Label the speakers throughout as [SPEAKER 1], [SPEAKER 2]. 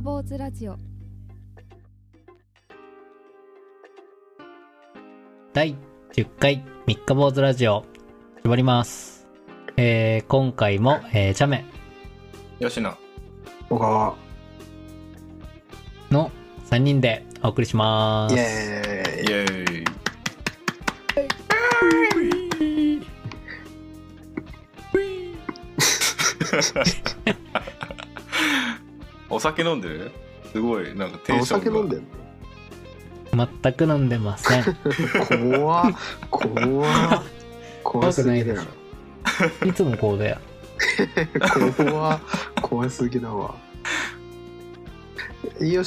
[SPEAKER 1] 坊主ラジオ
[SPEAKER 2] 第10回三日坊主ラジオ絞ります、えー、今回も、えー、チャメ
[SPEAKER 3] 吉野
[SPEAKER 4] 小川
[SPEAKER 2] の3人でお送りします
[SPEAKER 4] イエ
[SPEAKER 3] イ
[SPEAKER 4] ーイ
[SPEAKER 3] エーイお酒飲んでるすごいなんかテン
[SPEAKER 4] お
[SPEAKER 3] ション
[SPEAKER 4] 酒
[SPEAKER 3] が
[SPEAKER 4] 飲んでん
[SPEAKER 2] 全く飲んでません
[SPEAKER 4] の怖っ怖っ怖すぎだよ
[SPEAKER 2] いつもこうだよ
[SPEAKER 4] 怖っ怖すぎだわ吉野
[SPEAKER 2] え
[SPEAKER 4] は、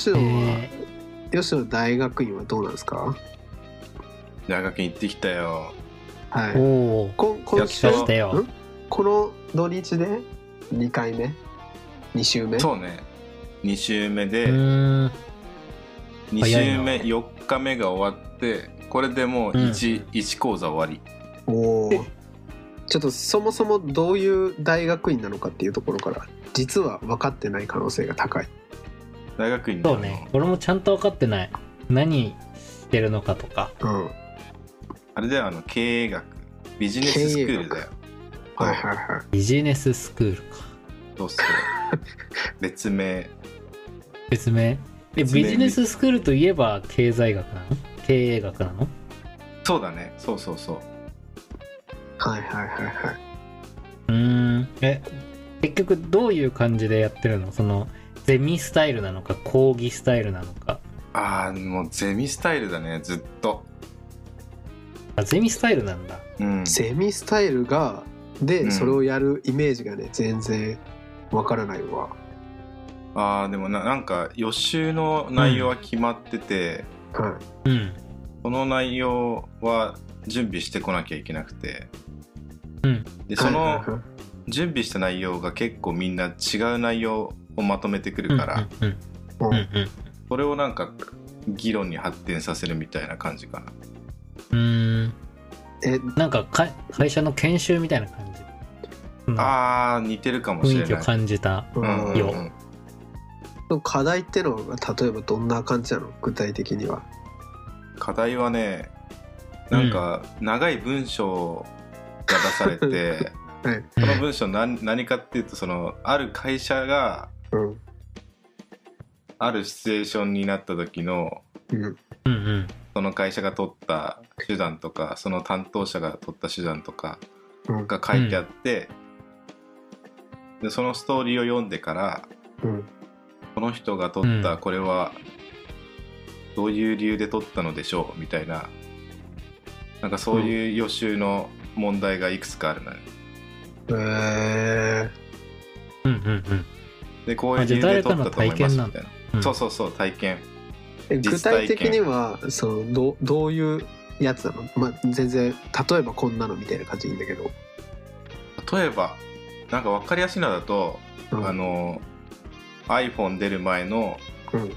[SPEAKER 2] ー、
[SPEAKER 4] 吉野大学院はどうなんですか
[SPEAKER 3] 大学院行ってきたよ
[SPEAKER 4] はい
[SPEAKER 2] おー
[SPEAKER 4] ここの
[SPEAKER 3] 役者
[SPEAKER 2] してよ
[SPEAKER 4] んこの土日で2回目2週目
[SPEAKER 3] そうね2週目
[SPEAKER 2] う
[SPEAKER 3] で、
[SPEAKER 2] ーん
[SPEAKER 3] 2
[SPEAKER 2] 早い
[SPEAKER 3] 週
[SPEAKER 2] な
[SPEAKER 3] 目4日目が終わってこれでもう 1,、一講座終わり
[SPEAKER 4] おーちょっとそもそもどういう大学院なのかっていうところから実は分かってない可能性が高い
[SPEAKER 3] 大学院に
[SPEAKER 2] そうね俺もちゃんと分かってない何してるのかとか
[SPEAKER 4] うんはい
[SPEAKER 3] あれだよあの経営学ビジネススクールだよ
[SPEAKER 4] はいはい
[SPEAKER 2] ビジネススクールか
[SPEAKER 3] そうっ すよ別名
[SPEAKER 2] 別名え
[SPEAKER 3] 別名
[SPEAKER 2] ビジネススクールといえば経済学なの経営学なの
[SPEAKER 3] そうだねそうそうそう
[SPEAKER 4] はいはいはいはいう
[SPEAKER 2] ーんえ結局どういう感じでやってるのそのゼミスタイルなのか講義スタイルなのか
[SPEAKER 3] ああもうゼミスタイルだねずっと
[SPEAKER 2] あゼミスタイルなんだ
[SPEAKER 3] うん
[SPEAKER 4] セミスタイルが
[SPEAKER 3] う
[SPEAKER 4] で
[SPEAKER 3] ん
[SPEAKER 4] それをやるイメージがね全然わからないわ
[SPEAKER 3] ああでもななんか予習の内容は決まってて、
[SPEAKER 4] は
[SPEAKER 2] うん
[SPEAKER 3] その内容は準備してこなきゃいけなくて
[SPEAKER 2] うん
[SPEAKER 3] で
[SPEAKER 4] い
[SPEAKER 3] そ
[SPEAKER 4] はいは
[SPEAKER 3] の
[SPEAKER 4] いはい
[SPEAKER 3] 準備した内容が結構みんな違う内容をまとめてくるから、
[SPEAKER 2] うんうん
[SPEAKER 4] う
[SPEAKER 2] うん
[SPEAKER 4] ん
[SPEAKER 3] それをなんか議論に発展させるみたいな感じかな
[SPEAKER 2] うんうんう
[SPEAKER 4] え
[SPEAKER 2] ーんなんかか会社の研修みたいな感じそんな
[SPEAKER 3] あー似てるかもし
[SPEAKER 2] 雰
[SPEAKER 3] れ
[SPEAKER 2] 囲気を
[SPEAKER 3] ない
[SPEAKER 2] 感じた
[SPEAKER 3] うんうん
[SPEAKER 2] よ
[SPEAKER 3] うん
[SPEAKER 4] うん課題ってのは例えばどんな感じなの具体的には
[SPEAKER 3] 課題はねなんか長い文章が出さ れて、
[SPEAKER 4] はい
[SPEAKER 3] その文章何何かっていうとそのある会社が
[SPEAKER 4] うん
[SPEAKER 3] あるシチュエーションになった時の
[SPEAKER 4] うん
[SPEAKER 2] うんうん
[SPEAKER 3] その会社が取った手段とかその担当者が取った手段とか
[SPEAKER 4] うん
[SPEAKER 3] が書いてあって、でそのストーリーを読んでから
[SPEAKER 4] うん
[SPEAKER 3] この人が取っ
[SPEAKER 2] う
[SPEAKER 3] た
[SPEAKER 2] ん
[SPEAKER 3] これはどういう理由で取ったのでしょうみたいななんかそういう予習の問題がいくつかあるのよ。
[SPEAKER 4] え
[SPEAKER 2] うんうんうん
[SPEAKER 3] でこういう理由で取ったと思いますみた
[SPEAKER 2] あじゃあ
[SPEAKER 3] いな
[SPEAKER 2] 誰かの体験なんだ。うん
[SPEAKER 3] そうそうそう体験。
[SPEAKER 4] ーえ具
[SPEAKER 3] 実体
[SPEAKER 4] 体
[SPEAKER 3] 験
[SPEAKER 4] 的にはそのどどういうやつなの、まあ、全然例えばこんなのみたいな感じでいいんだけど、
[SPEAKER 3] 例えばなんか分かりやすいのだと、
[SPEAKER 4] うん
[SPEAKER 3] あの iPhone 出る前の
[SPEAKER 4] うん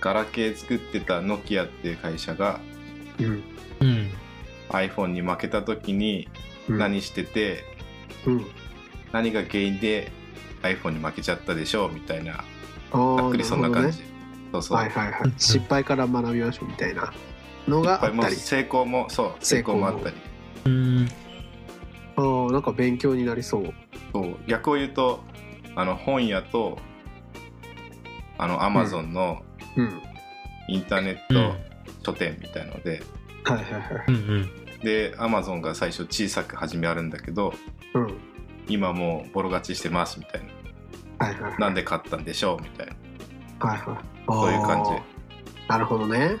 [SPEAKER 3] ガラケー作ってたノキアっていう会社が
[SPEAKER 4] うん
[SPEAKER 2] うん、
[SPEAKER 3] iPhone に負けた時に
[SPEAKER 4] うん
[SPEAKER 3] 何してて、
[SPEAKER 4] うん
[SPEAKER 3] 何が原因で iPhone に負けちゃったでしょうみたいな
[SPEAKER 4] あー
[SPEAKER 3] ざっくりそんな
[SPEAKER 4] るほど
[SPEAKER 3] 感
[SPEAKER 4] ね
[SPEAKER 3] じそうそう、
[SPEAKER 4] はいはいは
[SPEAKER 2] うん
[SPEAKER 4] い失敗から学びましょうみたいなのが
[SPEAKER 3] こ
[SPEAKER 4] あ
[SPEAKER 3] れ
[SPEAKER 4] っ
[SPEAKER 3] も
[SPEAKER 4] たり
[SPEAKER 3] 成功もそう成
[SPEAKER 4] 成
[SPEAKER 3] 功
[SPEAKER 4] 功
[SPEAKER 3] も
[SPEAKER 4] も
[SPEAKER 3] あったり
[SPEAKER 2] うーん
[SPEAKER 4] あーなんか勉強になりそう
[SPEAKER 3] そう逆を言うとあの本屋とあの Amazon の
[SPEAKER 4] うん
[SPEAKER 3] インターネ
[SPEAKER 2] うん
[SPEAKER 3] ット書店みたいので、
[SPEAKER 4] はいはいはい
[SPEAKER 2] うんうん
[SPEAKER 3] で Amazon が最初小さく始めあるんだけど
[SPEAKER 4] うん
[SPEAKER 3] 今もうボロ勝ちしてますみたいな
[SPEAKER 4] はいはいはい
[SPEAKER 3] なんで買ったんでしょうみたいな
[SPEAKER 4] はいはい
[SPEAKER 3] そういう感じ
[SPEAKER 4] あーなるほどね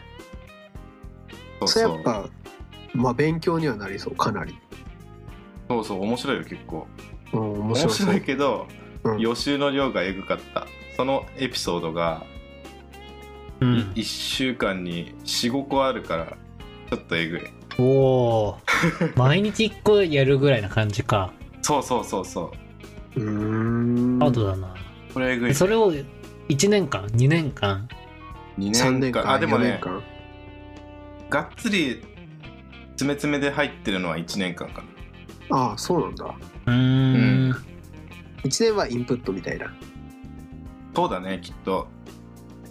[SPEAKER 3] そう
[SPEAKER 4] それ
[SPEAKER 3] そ
[SPEAKER 4] や
[SPEAKER 3] う
[SPEAKER 4] っぱまあ勉強にはなりそうかなり
[SPEAKER 3] そうそう面白いよ結構
[SPEAKER 4] うん面
[SPEAKER 3] 面
[SPEAKER 4] 白
[SPEAKER 3] 白
[SPEAKER 4] そう
[SPEAKER 3] いけど、
[SPEAKER 4] うん
[SPEAKER 3] 予習の量がえぐかったそのエピソードが
[SPEAKER 2] うん
[SPEAKER 3] 1週間に45個あるからちょっとえぐい
[SPEAKER 2] おお ー毎日1個やるぐらいな感じか
[SPEAKER 3] そうそうそうそう
[SPEAKER 4] ーん
[SPEAKER 2] アウトだな、
[SPEAKER 3] うこれえぐい
[SPEAKER 2] それを1年間2年間
[SPEAKER 3] 2
[SPEAKER 4] 3
[SPEAKER 3] 年
[SPEAKER 4] 年
[SPEAKER 3] 間
[SPEAKER 4] 間
[SPEAKER 3] あでも
[SPEAKER 4] 4
[SPEAKER 3] ね
[SPEAKER 4] 年間
[SPEAKER 3] がっつり詰め詰めで入ってるのは1年間かな
[SPEAKER 4] ああそうなんだ
[SPEAKER 2] うーん
[SPEAKER 4] 1年はインプットみたいな
[SPEAKER 3] そうだねきっと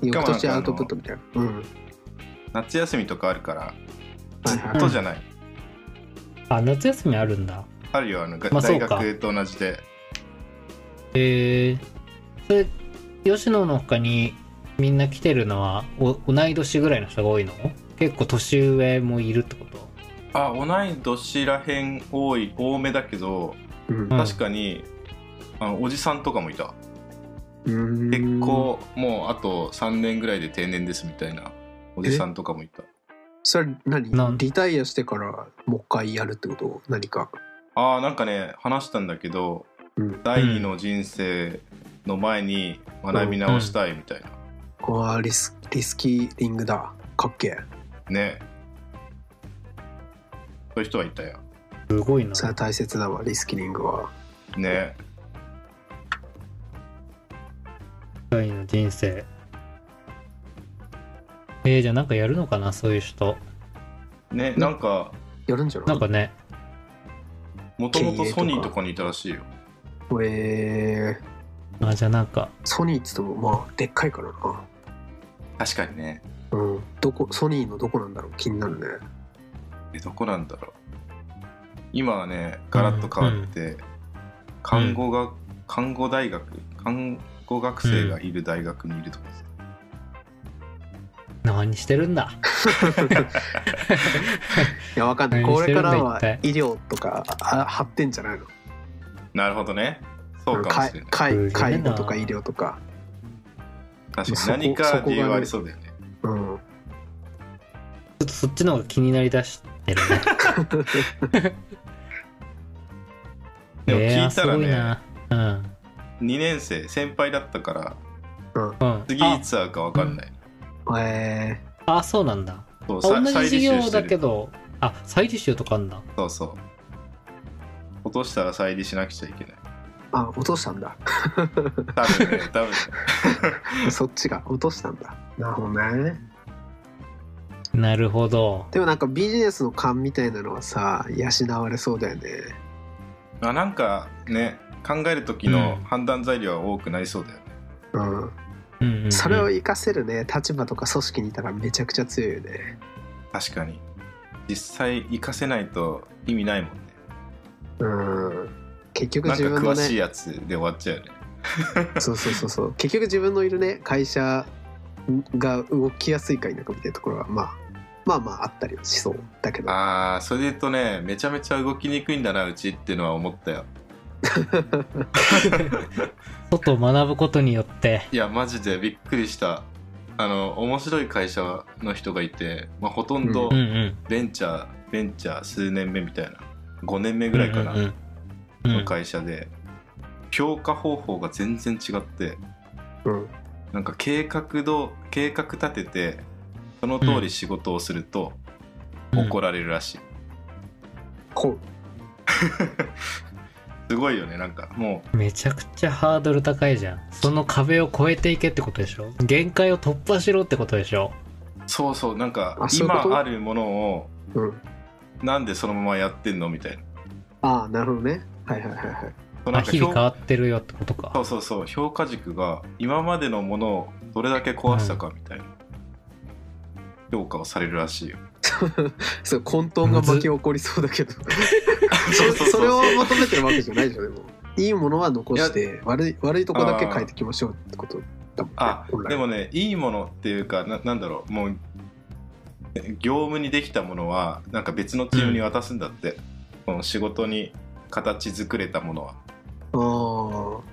[SPEAKER 4] 翌年アウトプットみたいな。うん。
[SPEAKER 3] 夏休みとかあるから
[SPEAKER 4] はい
[SPEAKER 3] ずっ
[SPEAKER 4] は
[SPEAKER 3] とじゃない、
[SPEAKER 2] あ、夏休みあるんだ。
[SPEAKER 3] あるよあの、が
[SPEAKER 2] まあそ
[SPEAKER 3] 大
[SPEAKER 2] うか
[SPEAKER 3] 学と同じで
[SPEAKER 2] えー、それ、吉野の他にみんな来てるのは、お同い年ぐらいの人が多いの結構年上もいるってこと
[SPEAKER 3] あ同い年らへん多い多めだけど
[SPEAKER 4] い。うん
[SPEAKER 2] うん
[SPEAKER 3] 確かに、あのおじさんとかもいた
[SPEAKER 4] うん
[SPEAKER 3] 結構もうあと3年ぐらいで定年ですみたいなおじさんとかもいた
[SPEAKER 4] それ何
[SPEAKER 2] なん
[SPEAKER 4] リタイアしてからもう一回やるってこと何か。
[SPEAKER 3] あーなんかね話したんだけど、
[SPEAKER 4] うん
[SPEAKER 3] 第二の人生の前に学び直したいみたいな、
[SPEAKER 4] ああリスリスキリングだ。かっけえ。
[SPEAKER 3] ねそういう人はいたよ
[SPEAKER 2] すごいな。
[SPEAKER 4] それは大切だわリスキリングは。
[SPEAKER 3] ね
[SPEAKER 2] 第二の人生。えー、じゃあなんかやるのかなそういう人。
[SPEAKER 3] ねなんか
[SPEAKER 4] やるんじゃない
[SPEAKER 2] なんかね、
[SPEAKER 3] もともとソニーとかにいたらしいよ
[SPEAKER 4] えー、
[SPEAKER 2] あ、じゃあなんか、
[SPEAKER 4] ソニーっつってもまあでっかいからな。
[SPEAKER 3] 確かにね
[SPEAKER 4] うん。どこソニーのどこなんだろう気にな るね。
[SPEAKER 3] えどこなんだろう今はねガラッと変わって、看護が看護大学看護学生がいる大学にいるとかです、
[SPEAKER 2] 何してるんだ。
[SPEAKER 4] いやわかんない。
[SPEAKER 2] 何
[SPEAKER 4] こ
[SPEAKER 2] して
[SPEAKER 4] れ
[SPEAKER 2] る
[SPEAKER 4] か
[SPEAKER 2] んだ
[SPEAKER 4] らは
[SPEAKER 2] 一体
[SPEAKER 4] 医療とかあ発展じゃないの。
[SPEAKER 3] なるほどねそうかもしれない
[SPEAKER 4] 介
[SPEAKER 2] すげえ
[SPEAKER 4] 介
[SPEAKER 2] な
[SPEAKER 4] 介護とか医療とか。
[SPEAKER 3] 確
[SPEAKER 4] そ
[SPEAKER 3] か
[SPEAKER 4] こ
[SPEAKER 3] に何か
[SPEAKER 4] そこがね
[SPEAKER 3] 理由はありそうだよね
[SPEAKER 4] うん。
[SPEAKER 2] ちょっとそっちの方が気になりだしてるね。
[SPEAKER 3] でも
[SPEAKER 2] えー
[SPEAKER 3] 聞いたら
[SPEAKER 2] す
[SPEAKER 3] ね、
[SPEAKER 2] ごいな。
[SPEAKER 3] 2年生先輩だったから
[SPEAKER 2] うん。うん。
[SPEAKER 3] 次いつ会うか分かんない
[SPEAKER 4] え
[SPEAKER 2] あ、あそうなんだ。
[SPEAKER 3] そ
[SPEAKER 2] 同
[SPEAKER 3] うさ
[SPEAKER 2] じ
[SPEAKER 3] 再
[SPEAKER 2] 授
[SPEAKER 3] 履修
[SPEAKER 2] 業
[SPEAKER 3] して
[SPEAKER 2] だけ
[SPEAKER 3] る
[SPEAKER 2] ど、あ、再履修とかあんだ。
[SPEAKER 3] そうそう落としたら再履しなくちゃいけない
[SPEAKER 4] ー、あ落としたんだ。
[SPEAKER 3] 多分ね多分ね
[SPEAKER 4] そっちが落としたんだ。なるほどね。
[SPEAKER 2] なるほど。
[SPEAKER 4] でもなんかビジネスの勘みたいなのはさ養われそうだよね
[SPEAKER 3] あなんかね考える時の判断材料は多くなりそうだよね、
[SPEAKER 4] うん
[SPEAKER 2] うんうんうん
[SPEAKER 4] それを活かせるね立場とか組織にいたらめちゃくちゃ強いよね
[SPEAKER 3] 確かに実際活かせないと意味ないもんね
[SPEAKER 4] うん結局
[SPEAKER 3] なん
[SPEAKER 4] 自
[SPEAKER 3] か
[SPEAKER 4] 分
[SPEAKER 3] 詳
[SPEAKER 4] の
[SPEAKER 3] しい
[SPEAKER 4] ね
[SPEAKER 3] やつで終わっちゃうよね
[SPEAKER 4] そうそうそうそう結局自分のいるね会社が動きやすいか否かみたいなところはまあまあまああったりはしそうだけど
[SPEAKER 3] ああそれで言うとねめちゃめちゃ動きにくいんだなうちっていうのは思ったよ
[SPEAKER 2] 外を学ぶことによって、
[SPEAKER 3] いやマジでびっくりしたあの面白い会社の人がいて、まあ、ほとんど
[SPEAKER 2] うんうん。
[SPEAKER 3] ベンチャー、ベンチャー数年目みたいな5年目ぐらいかな、
[SPEAKER 2] うんうんうん
[SPEAKER 3] の会社で評価方法が全然違って
[SPEAKER 4] うん
[SPEAKER 3] なんか計画ど計画立ててその通り仕事をすると
[SPEAKER 2] うん
[SPEAKER 3] 怒られるらしい、
[SPEAKER 4] こ
[SPEAKER 3] すごいよねなんかも
[SPEAKER 2] めちゃくちゃハードル高いじゃん。その壁を越えていけってことでしょ限界を突破しろってことでしょ
[SPEAKER 3] うそうそうなんか
[SPEAKER 4] あそういうこと
[SPEAKER 3] 今あるものを
[SPEAKER 4] ううん
[SPEAKER 3] なんでそのままやってんのみたいな
[SPEAKER 4] ああなるほどねはいはいはいはい
[SPEAKER 3] そうな
[SPEAKER 2] あ、
[SPEAKER 3] んか
[SPEAKER 2] 日々
[SPEAKER 3] 評
[SPEAKER 2] 変わってるよってことか。
[SPEAKER 3] そうそうそう評価軸が今までのものをどれだけ壊したかみたいな、評価をされるらしいよ
[SPEAKER 4] そう混沌が巻き起こりそうだけどそれ
[SPEAKER 3] そうそうそう
[SPEAKER 4] それを求めてるわけじゃないでしょでもいいものは残して悪い悪いとこだけ変えていきましょうってことだもんね
[SPEAKER 3] あ
[SPEAKER 4] 本来
[SPEAKER 3] でもねいいものっていうかななんだろうもうえ業務にできたものはなんか別のチームに渡すんだって、この仕事に形作れたものは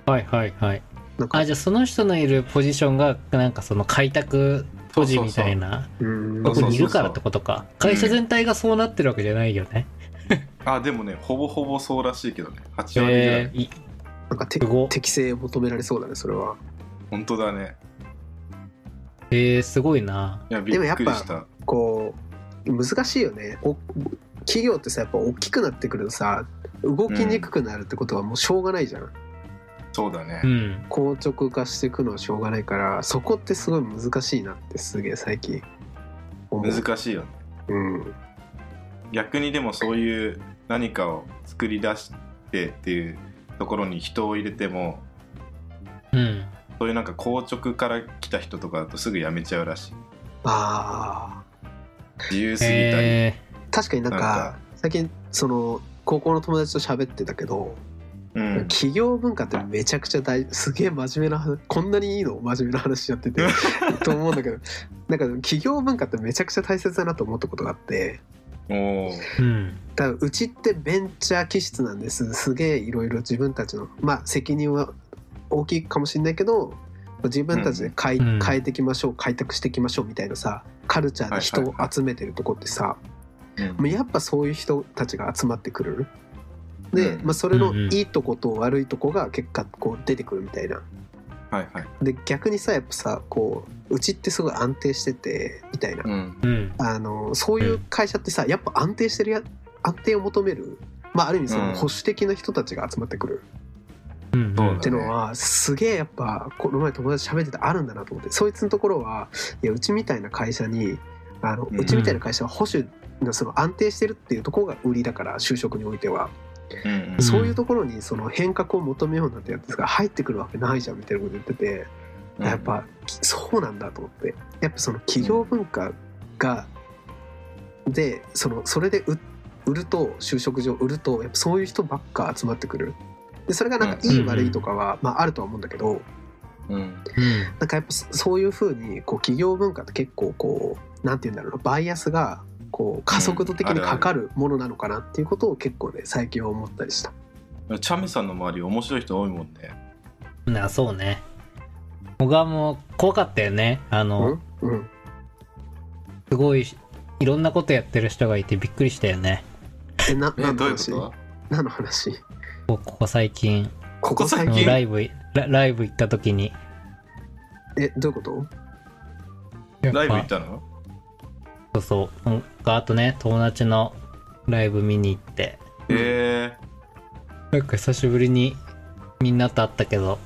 [SPEAKER 4] あ
[SPEAKER 2] はいはいはい。
[SPEAKER 4] あなんか
[SPEAKER 2] あ、じゃあその人のいるポジションが、なんかその開拓都市みたいな
[SPEAKER 4] うー
[SPEAKER 3] そ
[SPEAKER 4] ん
[SPEAKER 2] と
[SPEAKER 3] う
[SPEAKER 2] こ
[SPEAKER 3] そう
[SPEAKER 2] にいるからってことか。会社全体がそうなってるわけじゃないよね。
[SPEAKER 3] あでもねほぼほぼそうらしいけどね8割ぐらい、
[SPEAKER 2] えーい
[SPEAKER 4] なんかて
[SPEAKER 2] すご
[SPEAKER 4] 適性求められそうだねそれは
[SPEAKER 3] 本当だね
[SPEAKER 2] えー、すごいな。
[SPEAKER 3] いやびっくりし
[SPEAKER 4] で
[SPEAKER 3] た
[SPEAKER 4] こう難しいよねお企業ってさやっぱ大きくなってくるとさ動きにくくなるってことはもうしょうがないじゃん、
[SPEAKER 3] そうだね、
[SPEAKER 2] うん。
[SPEAKER 4] 硬直化していくのはしょうがないからそこってすごい難しいなってすげえ最近思う
[SPEAKER 3] 難しいよね
[SPEAKER 4] うん
[SPEAKER 3] 逆にでもそういう何かを作り出してっていうところに人を入れても
[SPEAKER 2] うん。
[SPEAKER 3] そういうなんか硬直から来た人とかだとすぐ辞めちゃうらしい
[SPEAKER 4] あ
[SPEAKER 3] 自由すぎたり、
[SPEAKER 2] え
[SPEAKER 4] あ確かになんか
[SPEAKER 3] なんか
[SPEAKER 4] 最近その高校の友達と喋ってたけど、
[SPEAKER 3] うん、
[SPEAKER 4] 企業文化ってめちゃくちゃ大すげえ真面目な話こんなにいいの真面目な話やっ ててと思うんだけどなんか企業文化ってめちゃくちゃ大切だなと思ったことがあって
[SPEAKER 3] おー
[SPEAKER 2] ーうん
[SPEAKER 4] だからうちってベンチャー気質なんですすげえいろいろ自分たちのまあ責任は大きいかもしれないけど自分たちで変え,、
[SPEAKER 2] うん
[SPEAKER 4] 変えていきましょう開拓していきましょうみたいなさカルチャーで人
[SPEAKER 3] はい
[SPEAKER 4] を
[SPEAKER 3] はいはい
[SPEAKER 4] 集めてるとこってさ、
[SPEAKER 3] うん
[SPEAKER 4] まあやっぱそういう人たちが集まってくるで、
[SPEAKER 3] うん
[SPEAKER 4] まあ、それ
[SPEAKER 2] う
[SPEAKER 4] の
[SPEAKER 2] んうん
[SPEAKER 4] いいとこと悪いとこが結果こう出てくるみたいな
[SPEAKER 3] はいはい
[SPEAKER 4] で逆にさやっぱさこううちってすごい安定しててみたいな
[SPEAKER 3] うん
[SPEAKER 2] うん
[SPEAKER 4] あのそういう会社ってさやっぱ安定してるや安定を求める、まあ、ある意味そ
[SPEAKER 3] うん
[SPEAKER 4] の保守的な人たちが集まってくる
[SPEAKER 2] うん
[SPEAKER 3] そうだ
[SPEAKER 4] ってのは、すげえやっぱこの前友達喋っててあるんだなと思ってそいつのところはいやうちみたいな会社にあの
[SPEAKER 3] うん
[SPEAKER 4] うちみたいな会社は保守のその安定してるっていうところが売りだから就職においては、
[SPEAKER 3] うんうん
[SPEAKER 4] そういうところにその変革を求めようなんてやつが入ってくるわけないじゃんみたいなこと言ってて。
[SPEAKER 3] うん
[SPEAKER 4] やっぱきそうなんだと思ってやっぱその企業文化が、でそのそれで売売ると就職上売るとやっぱそういう人ばっか集まってくるでそれがなんか
[SPEAKER 3] うん
[SPEAKER 4] いい悪いとかは、まあ、あるとは思うんだけど
[SPEAKER 3] うん
[SPEAKER 2] うん
[SPEAKER 4] なんかやっぱそそういうふうにこう企業文化って結構こうなんて言うんだろうなバイアスがこう加速度的にかかるものなのかなっていうことを結構ね最近は思ったりした。
[SPEAKER 3] チャミさんの周り面白い人多いもんね
[SPEAKER 2] なそうね僕はもう怖かったよねあ
[SPEAKER 4] う
[SPEAKER 2] の
[SPEAKER 4] んうん、
[SPEAKER 2] すごいいろんなことやってる人がいてびっくりしたよね
[SPEAKER 4] えな
[SPEAKER 3] え
[SPEAKER 4] 何の
[SPEAKER 3] どういうこ
[SPEAKER 4] 話
[SPEAKER 3] と
[SPEAKER 4] 何の話
[SPEAKER 2] こここ最近
[SPEAKER 4] ここ
[SPEAKER 2] あ
[SPEAKER 4] 最
[SPEAKER 2] の
[SPEAKER 4] 近
[SPEAKER 2] ライブラライブ行った時に
[SPEAKER 4] えどういうこと
[SPEAKER 2] やっぱ
[SPEAKER 3] ライブ行ったの
[SPEAKER 2] そうそううんあとね友達のライブ見に行って
[SPEAKER 4] うん
[SPEAKER 3] え
[SPEAKER 2] なんか久しぶりにみんなと会ったけど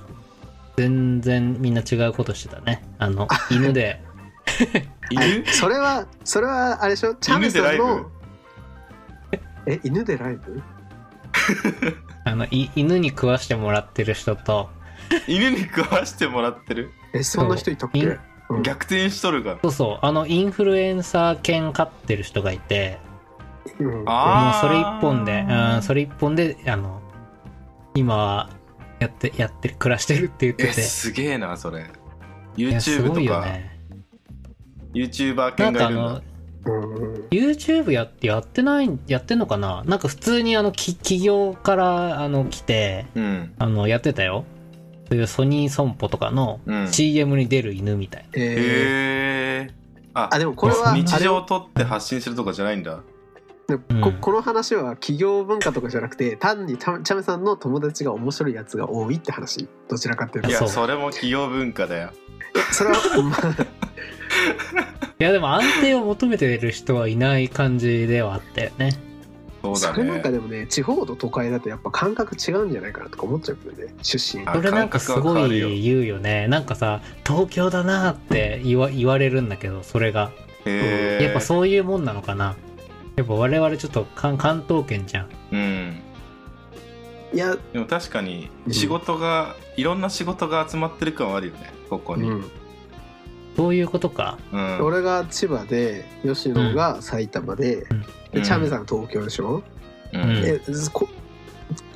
[SPEAKER 2] 全然みんな違うことしてたねあの犬で
[SPEAKER 3] ー、犬
[SPEAKER 4] それはそれはあれでしょチャン
[SPEAKER 3] 犬
[SPEAKER 4] ス
[SPEAKER 3] でライブ
[SPEAKER 4] のえ犬でライブ
[SPEAKER 2] あのい犬に食わしてもらってる人と
[SPEAKER 3] 犬に食わしてもらってる
[SPEAKER 4] えそんな人いたっけ
[SPEAKER 2] 犬
[SPEAKER 4] うん
[SPEAKER 3] 逆転しとるから
[SPEAKER 2] そうそうあのインフルエンサー犬飼ってる人がいて
[SPEAKER 4] うん
[SPEAKER 2] もう
[SPEAKER 3] あ
[SPEAKER 2] それ一本でうんそれ一本であの今はやってやってる暮らしてるって言って
[SPEAKER 3] え
[SPEAKER 2] て
[SPEAKER 3] すげえなそれ
[SPEAKER 2] いやす
[SPEAKER 3] YouTube
[SPEAKER 2] ごい
[SPEAKER 3] と
[SPEAKER 2] よ
[SPEAKER 3] か、
[SPEAKER 2] ね
[SPEAKER 3] YouTuber
[SPEAKER 2] な
[SPEAKER 3] 犬
[SPEAKER 2] んか
[SPEAKER 3] が
[SPEAKER 2] あ
[SPEAKER 3] いるんだ
[SPEAKER 2] の
[SPEAKER 4] うん
[SPEAKER 2] YouTube やってやってないやってんのかななんか普通にあのき企業からあの来て
[SPEAKER 3] うん
[SPEAKER 2] あのやってたよそういうソニー損保とかの
[SPEAKER 3] うん
[SPEAKER 2] CM に出る犬みたいな、
[SPEAKER 4] えー
[SPEAKER 3] へえあ
[SPEAKER 4] あでもこれはあれ
[SPEAKER 3] 日常を撮って発信するとかじゃないんだ
[SPEAKER 2] うん
[SPEAKER 4] ここの話は企業文化とかじゃなくて単にチャチャメさんの友達が面白いやつが多いって話どちらかっていうと
[SPEAKER 3] い
[SPEAKER 4] い
[SPEAKER 3] や
[SPEAKER 2] そ
[SPEAKER 3] そうれも企業文化だよ
[SPEAKER 4] それは、 まあ、
[SPEAKER 2] いやでも安定を求めてる人はいない感じではあったよね
[SPEAKER 3] そう
[SPEAKER 4] そ
[SPEAKER 3] だ
[SPEAKER 4] れなんか
[SPEAKER 3] ね
[SPEAKER 4] でもね地方と都会だとやっぱ感覚違うんじゃないかなとか思っちゃうけどね出身
[SPEAKER 3] あ
[SPEAKER 2] それなんかすご
[SPEAKER 3] 感覚は変わるよ
[SPEAKER 2] い言うよねなんかさ東京だなって言わ言われるんだけどそれが
[SPEAKER 3] へえ
[SPEAKER 2] やっぱそういうもんなのかなやっぱ我々ちょっと関関東圏じゃん
[SPEAKER 3] うん
[SPEAKER 4] いや
[SPEAKER 3] でも確かに
[SPEAKER 4] うん
[SPEAKER 3] 仕事が、いろんな仕事が集まってる感はあるよねここ
[SPEAKER 4] う
[SPEAKER 3] に、うん
[SPEAKER 4] ん
[SPEAKER 2] そういうことか
[SPEAKER 4] 俺が千葉で吉野が埼玉で,、
[SPEAKER 2] うん
[SPEAKER 4] でチャメさん東京でしょ、
[SPEAKER 3] うん
[SPEAKER 2] うん
[SPEAKER 4] えこ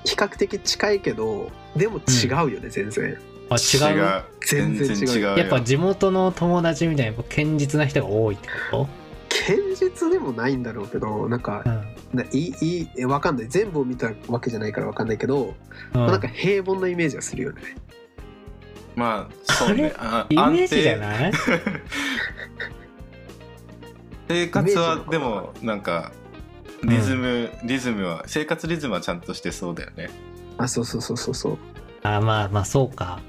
[SPEAKER 4] 比較的近いけどでも違うよね、全然
[SPEAKER 2] あ違う
[SPEAKER 4] 全然違う
[SPEAKER 3] 全然違うよ
[SPEAKER 2] やっぱ地元の友達みたいなやっぱ堅実な人が多いってこ
[SPEAKER 4] 堅実でもないんだろうけどなんか
[SPEAKER 2] と、うん
[SPEAKER 4] ないいいいえわかんない全部を見たわけじゃないからわかんないけど、
[SPEAKER 2] う
[SPEAKER 4] まあ
[SPEAKER 2] ん
[SPEAKER 4] なんか平凡なイメージはするよね
[SPEAKER 3] まあそうねあ
[SPEAKER 2] イメー
[SPEAKER 3] 安
[SPEAKER 2] ジじゃ
[SPEAKER 3] 定
[SPEAKER 2] ない
[SPEAKER 3] 生活
[SPEAKER 4] イメージなの
[SPEAKER 3] は
[SPEAKER 4] かな
[SPEAKER 3] でもなんかリズム、リズムは生活リズムはちゃんとしてそうだよね
[SPEAKER 4] あそうそうそうそうそう
[SPEAKER 2] あまあまあそうか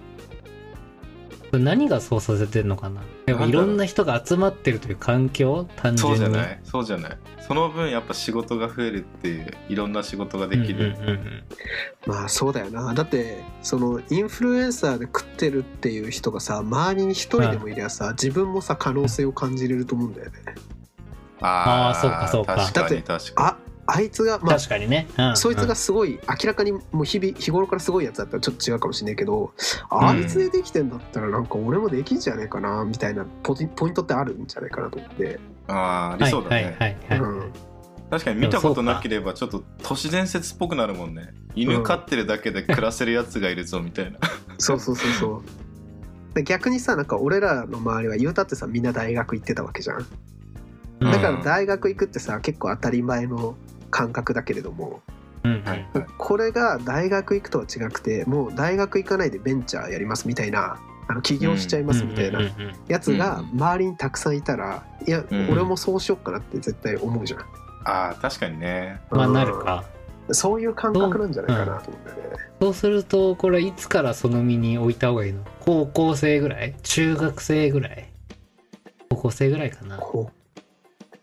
[SPEAKER 2] 何がそうさせてんのかなでも
[SPEAKER 3] なん
[SPEAKER 2] い
[SPEAKER 3] だろ
[SPEAKER 2] ろ
[SPEAKER 3] うん
[SPEAKER 2] な人が集まってるという環境単純
[SPEAKER 3] そう
[SPEAKER 2] に
[SPEAKER 3] じゃないそうじゃないその分やっぱ仕事が増えるっていういろんな仕事ができる、
[SPEAKER 2] うんうんうん
[SPEAKER 4] まあそうだよなだってそのインフルエンサーで食ってるっていう人がさ周りに一人でもいりゃさ自分もさ可能性を感じれると思うんだよね
[SPEAKER 2] あ
[SPEAKER 3] あ
[SPEAKER 2] ーそうかそうか
[SPEAKER 3] 確かに確か
[SPEAKER 4] ああいつがまあ
[SPEAKER 2] 確かにね。うん
[SPEAKER 4] そいつが、すごい明らかにもう日々日頃からすごいやつだったらちょっと違うかもしれないけどあいつでできてんだったらなんか俺もできんじゃねえかなみたいなポインポイントってあるんじゃないかなと思って
[SPEAKER 3] ああ、あ
[SPEAKER 2] うん
[SPEAKER 3] りそうだね、
[SPEAKER 2] はいはいはい、はい
[SPEAKER 4] うん
[SPEAKER 3] 確かに見たことなければちょっと都市伝説っぽくなるもんね。犬飼ってるだけで暮らせるやつがいるぞみたいな。
[SPEAKER 4] そうそうそうそうで逆にさなんか俺らの周りは言うたってさみんな大学行ってたわけじゃん
[SPEAKER 2] うん
[SPEAKER 4] だから大学行くってさ結構当たり前の感覚だけれども
[SPEAKER 2] うんうん
[SPEAKER 3] はい
[SPEAKER 4] これが大学行くとは違くてもう大学行かないでベンチャーやりますみたいなあの起業しちゃいますみたいな
[SPEAKER 2] うんうんうんうん
[SPEAKER 4] やつが
[SPEAKER 3] うん
[SPEAKER 4] 周りにたくさんいたらいや
[SPEAKER 3] うん
[SPEAKER 4] 俺もそうしよっかなって絶対思うじゃん、
[SPEAKER 3] ああ、確かにね。
[SPEAKER 2] まあなるか。
[SPEAKER 4] そういう感覚なんじゃないかなと思うんだよね、
[SPEAKER 2] そうすると、これいつからその身に置いた方がいいの高校生ぐらい中学生ぐらい高校生ぐらいかな
[SPEAKER 4] こう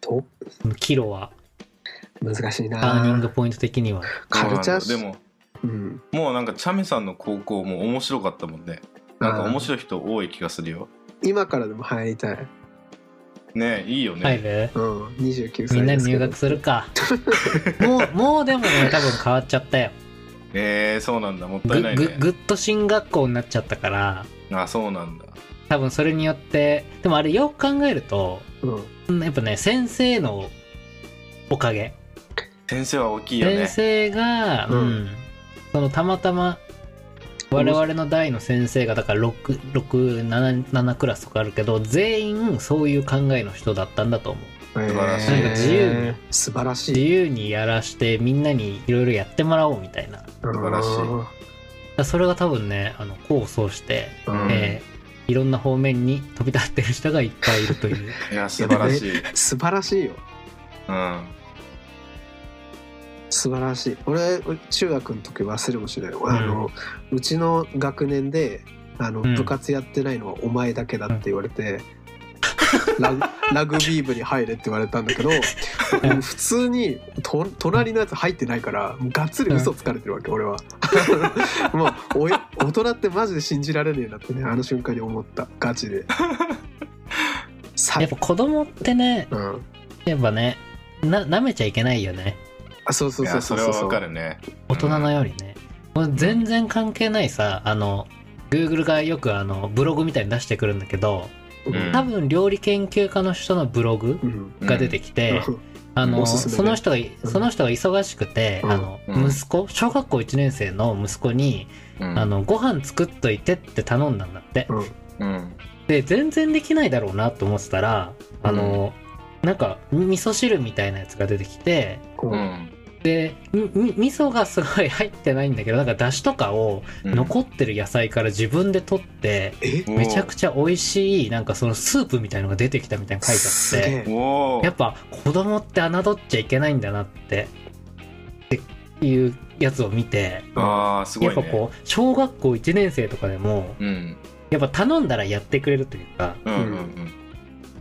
[SPEAKER 4] と
[SPEAKER 2] この岐路は、
[SPEAKER 4] 難しい
[SPEAKER 2] ターニング
[SPEAKER 4] な
[SPEAKER 2] ポイント的には。
[SPEAKER 4] カルチャー
[SPEAKER 3] そうなんだ
[SPEAKER 4] うん
[SPEAKER 3] でも、もうなんかチャメさんの高校も面白かったもんね。なんか面白い人多い気がするよ。
[SPEAKER 4] 今からでも入りたい、
[SPEAKER 3] ねえいいよね。
[SPEAKER 2] 入る
[SPEAKER 4] うん、29歳ですけど
[SPEAKER 2] みんなに入学するか。もう、もうでもね、多分変わっちゃったよ。
[SPEAKER 3] えー、そうなんだ。もっ
[SPEAKER 2] ぐ、
[SPEAKER 3] たいない
[SPEAKER 2] ぐ
[SPEAKER 3] ね、。
[SPEAKER 2] ぐっと進学校になっちゃったから、
[SPEAKER 3] あそうなんだ。
[SPEAKER 2] 多分それによって、でもあれよく考えると、
[SPEAKER 4] うん
[SPEAKER 2] やっぱね、先生のおかげ。
[SPEAKER 3] 先生は大きいよね
[SPEAKER 2] 先。生が、
[SPEAKER 4] うん
[SPEAKER 2] うんそのたまたま我々の代の先生がだから677クラスとかあるけど全員そういう考えの人だったんだと思う
[SPEAKER 4] 素
[SPEAKER 3] 晴らしい
[SPEAKER 2] なんか自由に
[SPEAKER 4] 素晴らし
[SPEAKER 2] 自
[SPEAKER 4] い
[SPEAKER 2] 由にやらしてみんなにいろいろやってもらおうみたいなだか
[SPEAKER 4] 素
[SPEAKER 3] 晴らしい
[SPEAKER 2] らそれが多分ねあの功を奏して、
[SPEAKER 4] うん
[SPEAKER 2] えーいろんな方面に飛び立ってる人がいっぱいいるという
[SPEAKER 3] いや、素晴らしい。
[SPEAKER 4] 素晴らしいよ
[SPEAKER 3] うん。
[SPEAKER 4] 素晴らしい俺中学の時忘れもしないよあの、うちの学年であの、
[SPEAKER 2] ん
[SPEAKER 4] 部活やってないのはお前だけだって言われて、ラグラグビー部に入れって言われたんだけどうん普通にと隣のやつ入ってないからもうがっつり嘘つかれてるわけ、俺は もうおい大人ってマジで信じられねえなってねあの瞬間に思ったガチでさ
[SPEAKER 2] やっぱ子供ってね
[SPEAKER 4] うん
[SPEAKER 2] やっぱねな舐めちゃいけないよね
[SPEAKER 4] あそうそ
[SPEAKER 3] いう
[SPEAKER 4] そ
[SPEAKER 3] や、
[SPEAKER 4] うそ
[SPEAKER 3] そうれ
[SPEAKER 4] そ
[SPEAKER 3] は
[SPEAKER 4] うそ
[SPEAKER 3] わ
[SPEAKER 4] う
[SPEAKER 3] かるね。
[SPEAKER 2] 大人のようにね、もう全然関係ないさあの Google がよくあのブログみたいに出してくるんだけど
[SPEAKER 3] うん
[SPEAKER 2] 多分料理研究家の人のブログ
[SPEAKER 4] うん
[SPEAKER 2] が出てきて、あの
[SPEAKER 4] おすすめね
[SPEAKER 2] その人がその人が忙しくて、
[SPEAKER 4] うん
[SPEAKER 2] あの
[SPEAKER 3] うん
[SPEAKER 2] 息子小学校1年生の息子に、
[SPEAKER 3] うん
[SPEAKER 2] あのご飯作っといてって頼んだんだって、
[SPEAKER 4] うん
[SPEAKER 3] うん。
[SPEAKER 2] で全然できないだろうなと思ってたらあの、なんか味噌汁みたいなやつが出てきて
[SPEAKER 4] こう
[SPEAKER 3] うん。
[SPEAKER 2] でみみ味噌がすごい入ってないんだけどなんかだしとかを
[SPEAKER 3] うん
[SPEAKER 2] 残ってる野菜から自分で取って
[SPEAKER 4] え
[SPEAKER 2] めちゃくちゃ美味しいなんかそのスープみたいのが出てきたみたいなの書いて
[SPEAKER 4] す
[SPEAKER 2] あっ
[SPEAKER 4] げ
[SPEAKER 2] て
[SPEAKER 4] え
[SPEAKER 3] おお
[SPEAKER 2] やっぱ子供って侮っちゃいけないんだなってっていうやつを見て
[SPEAKER 3] ああすご
[SPEAKER 2] や
[SPEAKER 3] い
[SPEAKER 2] っ
[SPEAKER 3] ね
[SPEAKER 2] ぱこう小学校1年生とかでも
[SPEAKER 3] うん
[SPEAKER 2] やっぱ頼んだらやってくれるというか
[SPEAKER 3] うんうんうん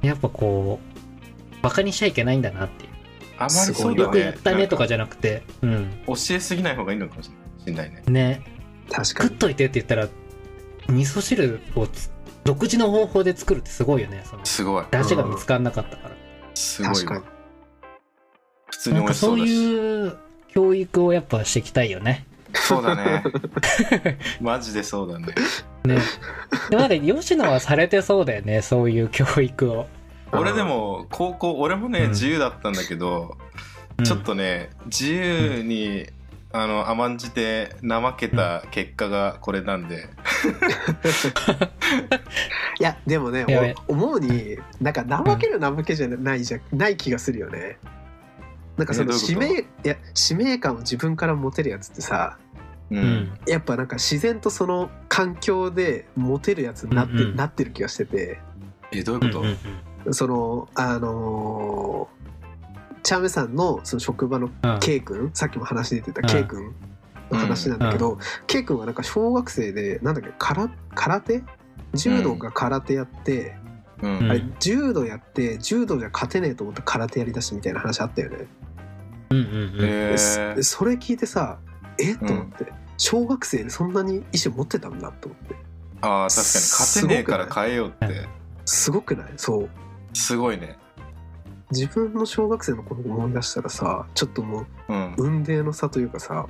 [SPEAKER 2] やっぱこうバカにしちゃいけないんだなっていう
[SPEAKER 3] あまりそう
[SPEAKER 2] よ
[SPEAKER 3] だ
[SPEAKER 2] く
[SPEAKER 3] ね
[SPEAKER 2] やったねとかじ
[SPEAKER 3] ゃ
[SPEAKER 2] ゃなくてうん
[SPEAKER 3] 教えすぎない方がいいのかもしれないね
[SPEAKER 2] ね
[SPEAKER 4] 確か
[SPEAKER 2] 食っ
[SPEAKER 4] に
[SPEAKER 2] といてって言ったら味噌汁をつ独自の方法で作るってすごいよねその
[SPEAKER 3] すごい
[SPEAKER 2] 出汁が見つからなかったから、
[SPEAKER 3] すごい
[SPEAKER 4] 確か
[SPEAKER 3] わ
[SPEAKER 4] に
[SPEAKER 3] 普通に
[SPEAKER 2] な
[SPEAKER 3] 美
[SPEAKER 2] んか
[SPEAKER 3] 味しそ
[SPEAKER 2] そう
[SPEAKER 3] うだし
[SPEAKER 2] いう教育をやっぱしていきたいよね
[SPEAKER 3] そうだね マジでそうだね
[SPEAKER 2] ねでもなんか吉野はされてそうだよねそういう教育を、
[SPEAKER 3] 俺でも高校俺もね
[SPEAKER 2] うん
[SPEAKER 3] 自由だったんだけど
[SPEAKER 2] うん
[SPEAKER 3] ちょっとね自由にあの甘んじて怠けた結果がこれなんで
[SPEAKER 4] いやでもね
[SPEAKER 2] やべ
[SPEAKER 4] お思うになんか怠ける怠けじゃないじゃない気がするよねなんかそ
[SPEAKER 3] えど
[SPEAKER 4] の
[SPEAKER 3] うい
[SPEAKER 4] 使
[SPEAKER 3] うこと
[SPEAKER 4] 命いや使命感を自分から持てるやつってさ
[SPEAKER 3] う
[SPEAKER 2] うん
[SPEAKER 3] ん
[SPEAKER 4] やっぱなんか自然とその環境で持てるやつになって,、
[SPEAKER 2] うんうん
[SPEAKER 4] なってる気がしてて
[SPEAKER 3] えどう
[SPEAKER 2] う
[SPEAKER 3] い
[SPEAKER 2] ん
[SPEAKER 3] うこ
[SPEAKER 2] うんうん
[SPEAKER 4] そのあのーチャメさんのその職場の
[SPEAKER 2] うん
[SPEAKER 4] K 君さっきも話出てた
[SPEAKER 2] うん
[SPEAKER 4] K 君の話なんだけど、K 君はなんか小学生でなんだっけ空空手柔道が空手やって、
[SPEAKER 3] とう
[SPEAKER 2] うん
[SPEAKER 3] ん
[SPEAKER 4] あれ柔道やって柔道じゃ勝てねえと思って空手やりだしたみたいな話あったよね、
[SPEAKER 2] うんうんうん
[SPEAKER 3] え
[SPEAKER 4] そ
[SPEAKER 3] ー
[SPEAKER 4] それ聞いてさえと思って、小学生でそんなに意思持ってたんだと思って
[SPEAKER 3] ああ確かに勝てねえから変えようって
[SPEAKER 4] すごくないそう
[SPEAKER 3] すごいね
[SPEAKER 4] 自分の小学生の頃を思い出したらさちょっとも
[SPEAKER 3] うん
[SPEAKER 4] う運命の差というかさ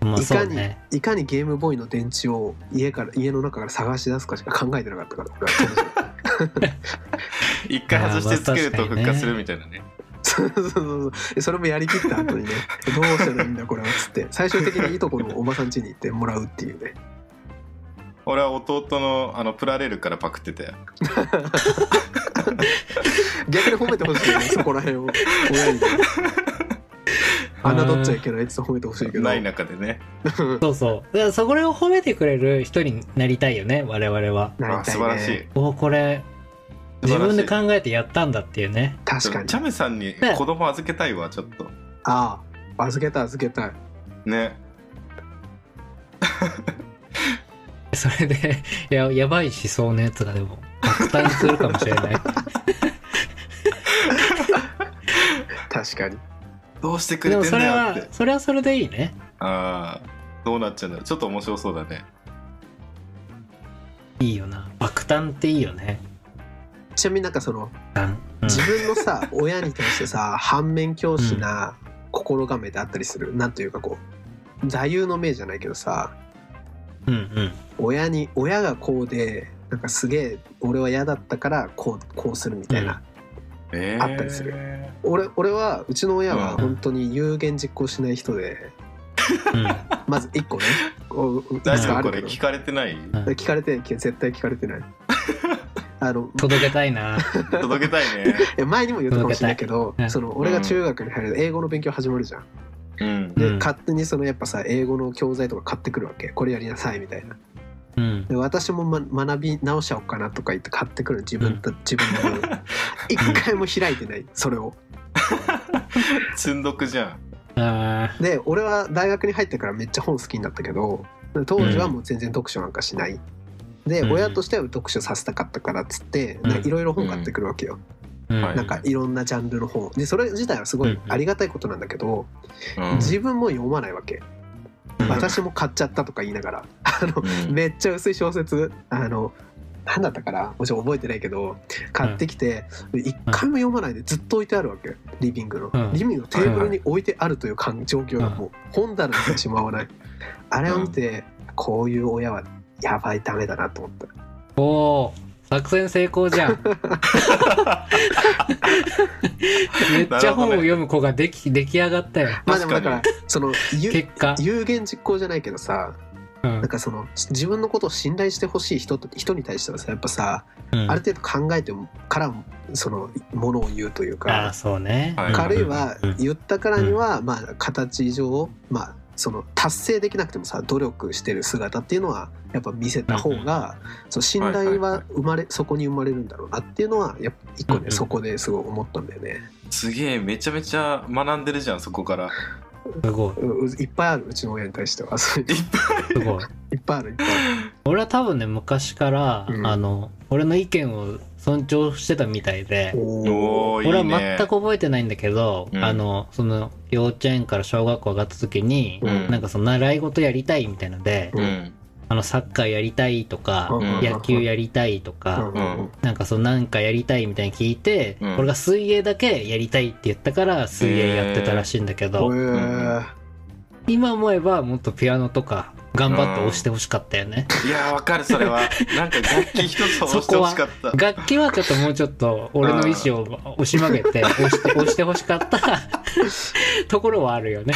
[SPEAKER 2] まあ
[SPEAKER 4] いか
[SPEAKER 2] そう
[SPEAKER 4] に、
[SPEAKER 2] ね
[SPEAKER 4] いかにゲームボーイの電池を家から家の中から探し出すかしか考えてなかったから
[SPEAKER 3] 一回外してつける
[SPEAKER 2] あー
[SPEAKER 3] と
[SPEAKER 2] まあ
[SPEAKER 3] 復活するみたいなね
[SPEAKER 4] そうそうそうそう それもやりきった後にねどうしたらいいんだこれはっつって 最終的にいとこのおばさん家に行ってもらうっていうね
[SPEAKER 3] 俺は弟のあのプラレールからパクってたよ
[SPEAKER 4] 逆に褒めてほし いよねそこら辺を親にね侮っちゃいけないっつって褒めてほしいけど
[SPEAKER 3] ない中でね
[SPEAKER 2] そうそうだからそこを褒めてくれる人になりたいよね我々は
[SPEAKER 4] なりたいね
[SPEAKER 3] あ素晴らしい
[SPEAKER 2] おこれ
[SPEAKER 3] 素晴
[SPEAKER 2] 自
[SPEAKER 3] らしい
[SPEAKER 2] 分で考えてやったんだっていうね
[SPEAKER 4] 確かに
[SPEAKER 3] チャメさんに子供預けたいわちょっと
[SPEAKER 4] ああ預けた預けたい
[SPEAKER 3] ね
[SPEAKER 2] それでややばい思想のやつがでも虐待するかもしれ ない
[SPEAKER 4] 確かに
[SPEAKER 3] どうしてく
[SPEAKER 2] で
[SPEAKER 3] れ
[SPEAKER 2] も
[SPEAKER 3] てん
[SPEAKER 2] それ
[SPEAKER 3] だよっ
[SPEAKER 2] は
[SPEAKER 3] て
[SPEAKER 2] それはそれでいいね
[SPEAKER 3] ああどうなっちゃうんだろうちょっと面白そうだね
[SPEAKER 2] いいよな爆誕っていいよね
[SPEAKER 4] ちなみになんかその
[SPEAKER 2] 弾うん
[SPEAKER 4] 自分の さ親に対してさ反面教師な心構えであったりするなんというかこう座右の銘じゃないけどさ
[SPEAKER 2] うんうん
[SPEAKER 4] 親に親がこうでなんかすげえ俺は嫌だったからこうこうするみたいな、
[SPEAKER 3] え
[SPEAKER 4] あったりする俺俺はうちの親は本当に有言実行しない人で、
[SPEAKER 2] うん
[SPEAKER 4] まず1個ね こういく
[SPEAKER 3] 大
[SPEAKER 4] つ
[SPEAKER 3] 丈
[SPEAKER 4] かあ
[SPEAKER 3] 夫こ
[SPEAKER 4] る
[SPEAKER 3] れ
[SPEAKER 4] けど
[SPEAKER 3] 聞かれてない
[SPEAKER 2] うん
[SPEAKER 4] 聞かれて絶対聞かれてない あの
[SPEAKER 2] 届けたいな
[SPEAKER 3] 届けたいね
[SPEAKER 4] いや前にも言ったかもしれないけど
[SPEAKER 2] 届けたいうん
[SPEAKER 4] その俺が中学に入ると英語の勉強始まるじゃん、
[SPEAKER 3] うん
[SPEAKER 4] で、
[SPEAKER 2] うん
[SPEAKER 4] 勝手にそのやっぱさ英語の教材とか買ってくるわけこれやりなさいみたいな
[SPEAKER 2] うん
[SPEAKER 4] で私も、ま、学び直しちゃおうかなとか言って買ってくる自分と、自分 の分一回も開いてないそれを
[SPEAKER 3] 積んどくじゃん
[SPEAKER 2] あ
[SPEAKER 4] で俺は大学に入ってからめっちゃ本好きになったけど当時はもう全然読書なんかしない、で
[SPEAKER 2] うん
[SPEAKER 4] 親としては読書させたかったからっつって
[SPEAKER 2] うん
[SPEAKER 4] いろいろ本買ってくるわけよ、
[SPEAKER 2] うん
[SPEAKER 3] はい
[SPEAKER 4] なんかいろんなジャンルの本でそれ自体はすごいありがたいことなんだけど、
[SPEAKER 3] うん
[SPEAKER 4] 自分も読まないわけ、
[SPEAKER 2] うん
[SPEAKER 4] 私も買っちゃったとか言いながらあの
[SPEAKER 3] うん
[SPEAKER 4] めっちゃ薄い小説あの何だったかなもちろん覚えてないけど買ってきて一回も読まないでずっと置いてあるわけリビングの、
[SPEAKER 2] うん
[SPEAKER 4] リビングのテーブルに置いてあるという感状況がもう本棚にしまわないあれを見てこういう親はやばいダメだなと思った
[SPEAKER 2] おお作戦成功じゃ んめっちゃ本を読む子ができ出来上がったよ
[SPEAKER 4] まあで
[SPEAKER 3] 確
[SPEAKER 4] も
[SPEAKER 3] か
[SPEAKER 4] だ
[SPEAKER 3] に
[SPEAKER 4] からその有
[SPEAKER 2] 結果、
[SPEAKER 4] 有言実行じゃないけどさ
[SPEAKER 2] うん
[SPEAKER 4] なんかその自分のことを信頼してほしい人と人に対してはさやっぱさ
[SPEAKER 2] うん
[SPEAKER 4] ある程度考えてからそのものを言うという
[SPEAKER 2] あ
[SPEAKER 4] か
[SPEAKER 2] ーそうね、
[SPEAKER 3] はい
[SPEAKER 4] あるいは
[SPEAKER 2] うん
[SPEAKER 4] 言ったからにはまあ形上まあその達成できなくてもさ努力してる姿っていうのはやっぱ見せた方がその信
[SPEAKER 3] はい
[SPEAKER 4] 頼
[SPEAKER 3] はいはい
[SPEAKER 4] は生まれそこに生まれるんだろうなっていうのはやっぱ一個
[SPEAKER 2] うんう
[SPEAKER 4] ね
[SPEAKER 2] ん
[SPEAKER 4] そこですごい思ったんだよね。
[SPEAKER 3] すげえめちゃめちゃ学んでるじゃんそこから
[SPEAKER 2] すごいう
[SPEAKER 4] ういっぱいあるうちの親に対してはそういうの
[SPEAKER 2] すごい
[SPEAKER 4] いっぱいあるいっぱいある。
[SPEAKER 2] 俺は多分ね昔から、
[SPEAKER 4] うん
[SPEAKER 2] あの俺の意見を尊重してたみたい で、
[SPEAKER 4] おー
[SPEAKER 3] おおいい
[SPEAKER 2] 俺は
[SPEAKER 3] ね
[SPEAKER 2] 全く覚えてないんだけど、
[SPEAKER 3] うん
[SPEAKER 2] あのその幼稚園から小学校上がった時に、
[SPEAKER 3] うん
[SPEAKER 2] なんかその習い事やりたいみたいので、
[SPEAKER 3] うん
[SPEAKER 2] あのサッカーやりたいとか、
[SPEAKER 4] うん
[SPEAKER 2] 野球やりたいとか、
[SPEAKER 4] うんうんうん
[SPEAKER 2] なんかそのなんかやりたいみたいに聞いて、
[SPEAKER 3] うん
[SPEAKER 2] 俺が水泳だけやりたいって言ったから水泳やってたらしいんだけど、
[SPEAKER 4] へー
[SPEAKER 2] 今思えばもっとピアノとか頑張って押してほしかったよね、
[SPEAKER 3] いやーわかるそれは なんか楽器一つ押してほしかった
[SPEAKER 2] 楽器はちょっともうちょっと俺の意思を押し曲げて押して押してほしかった ところはあるよね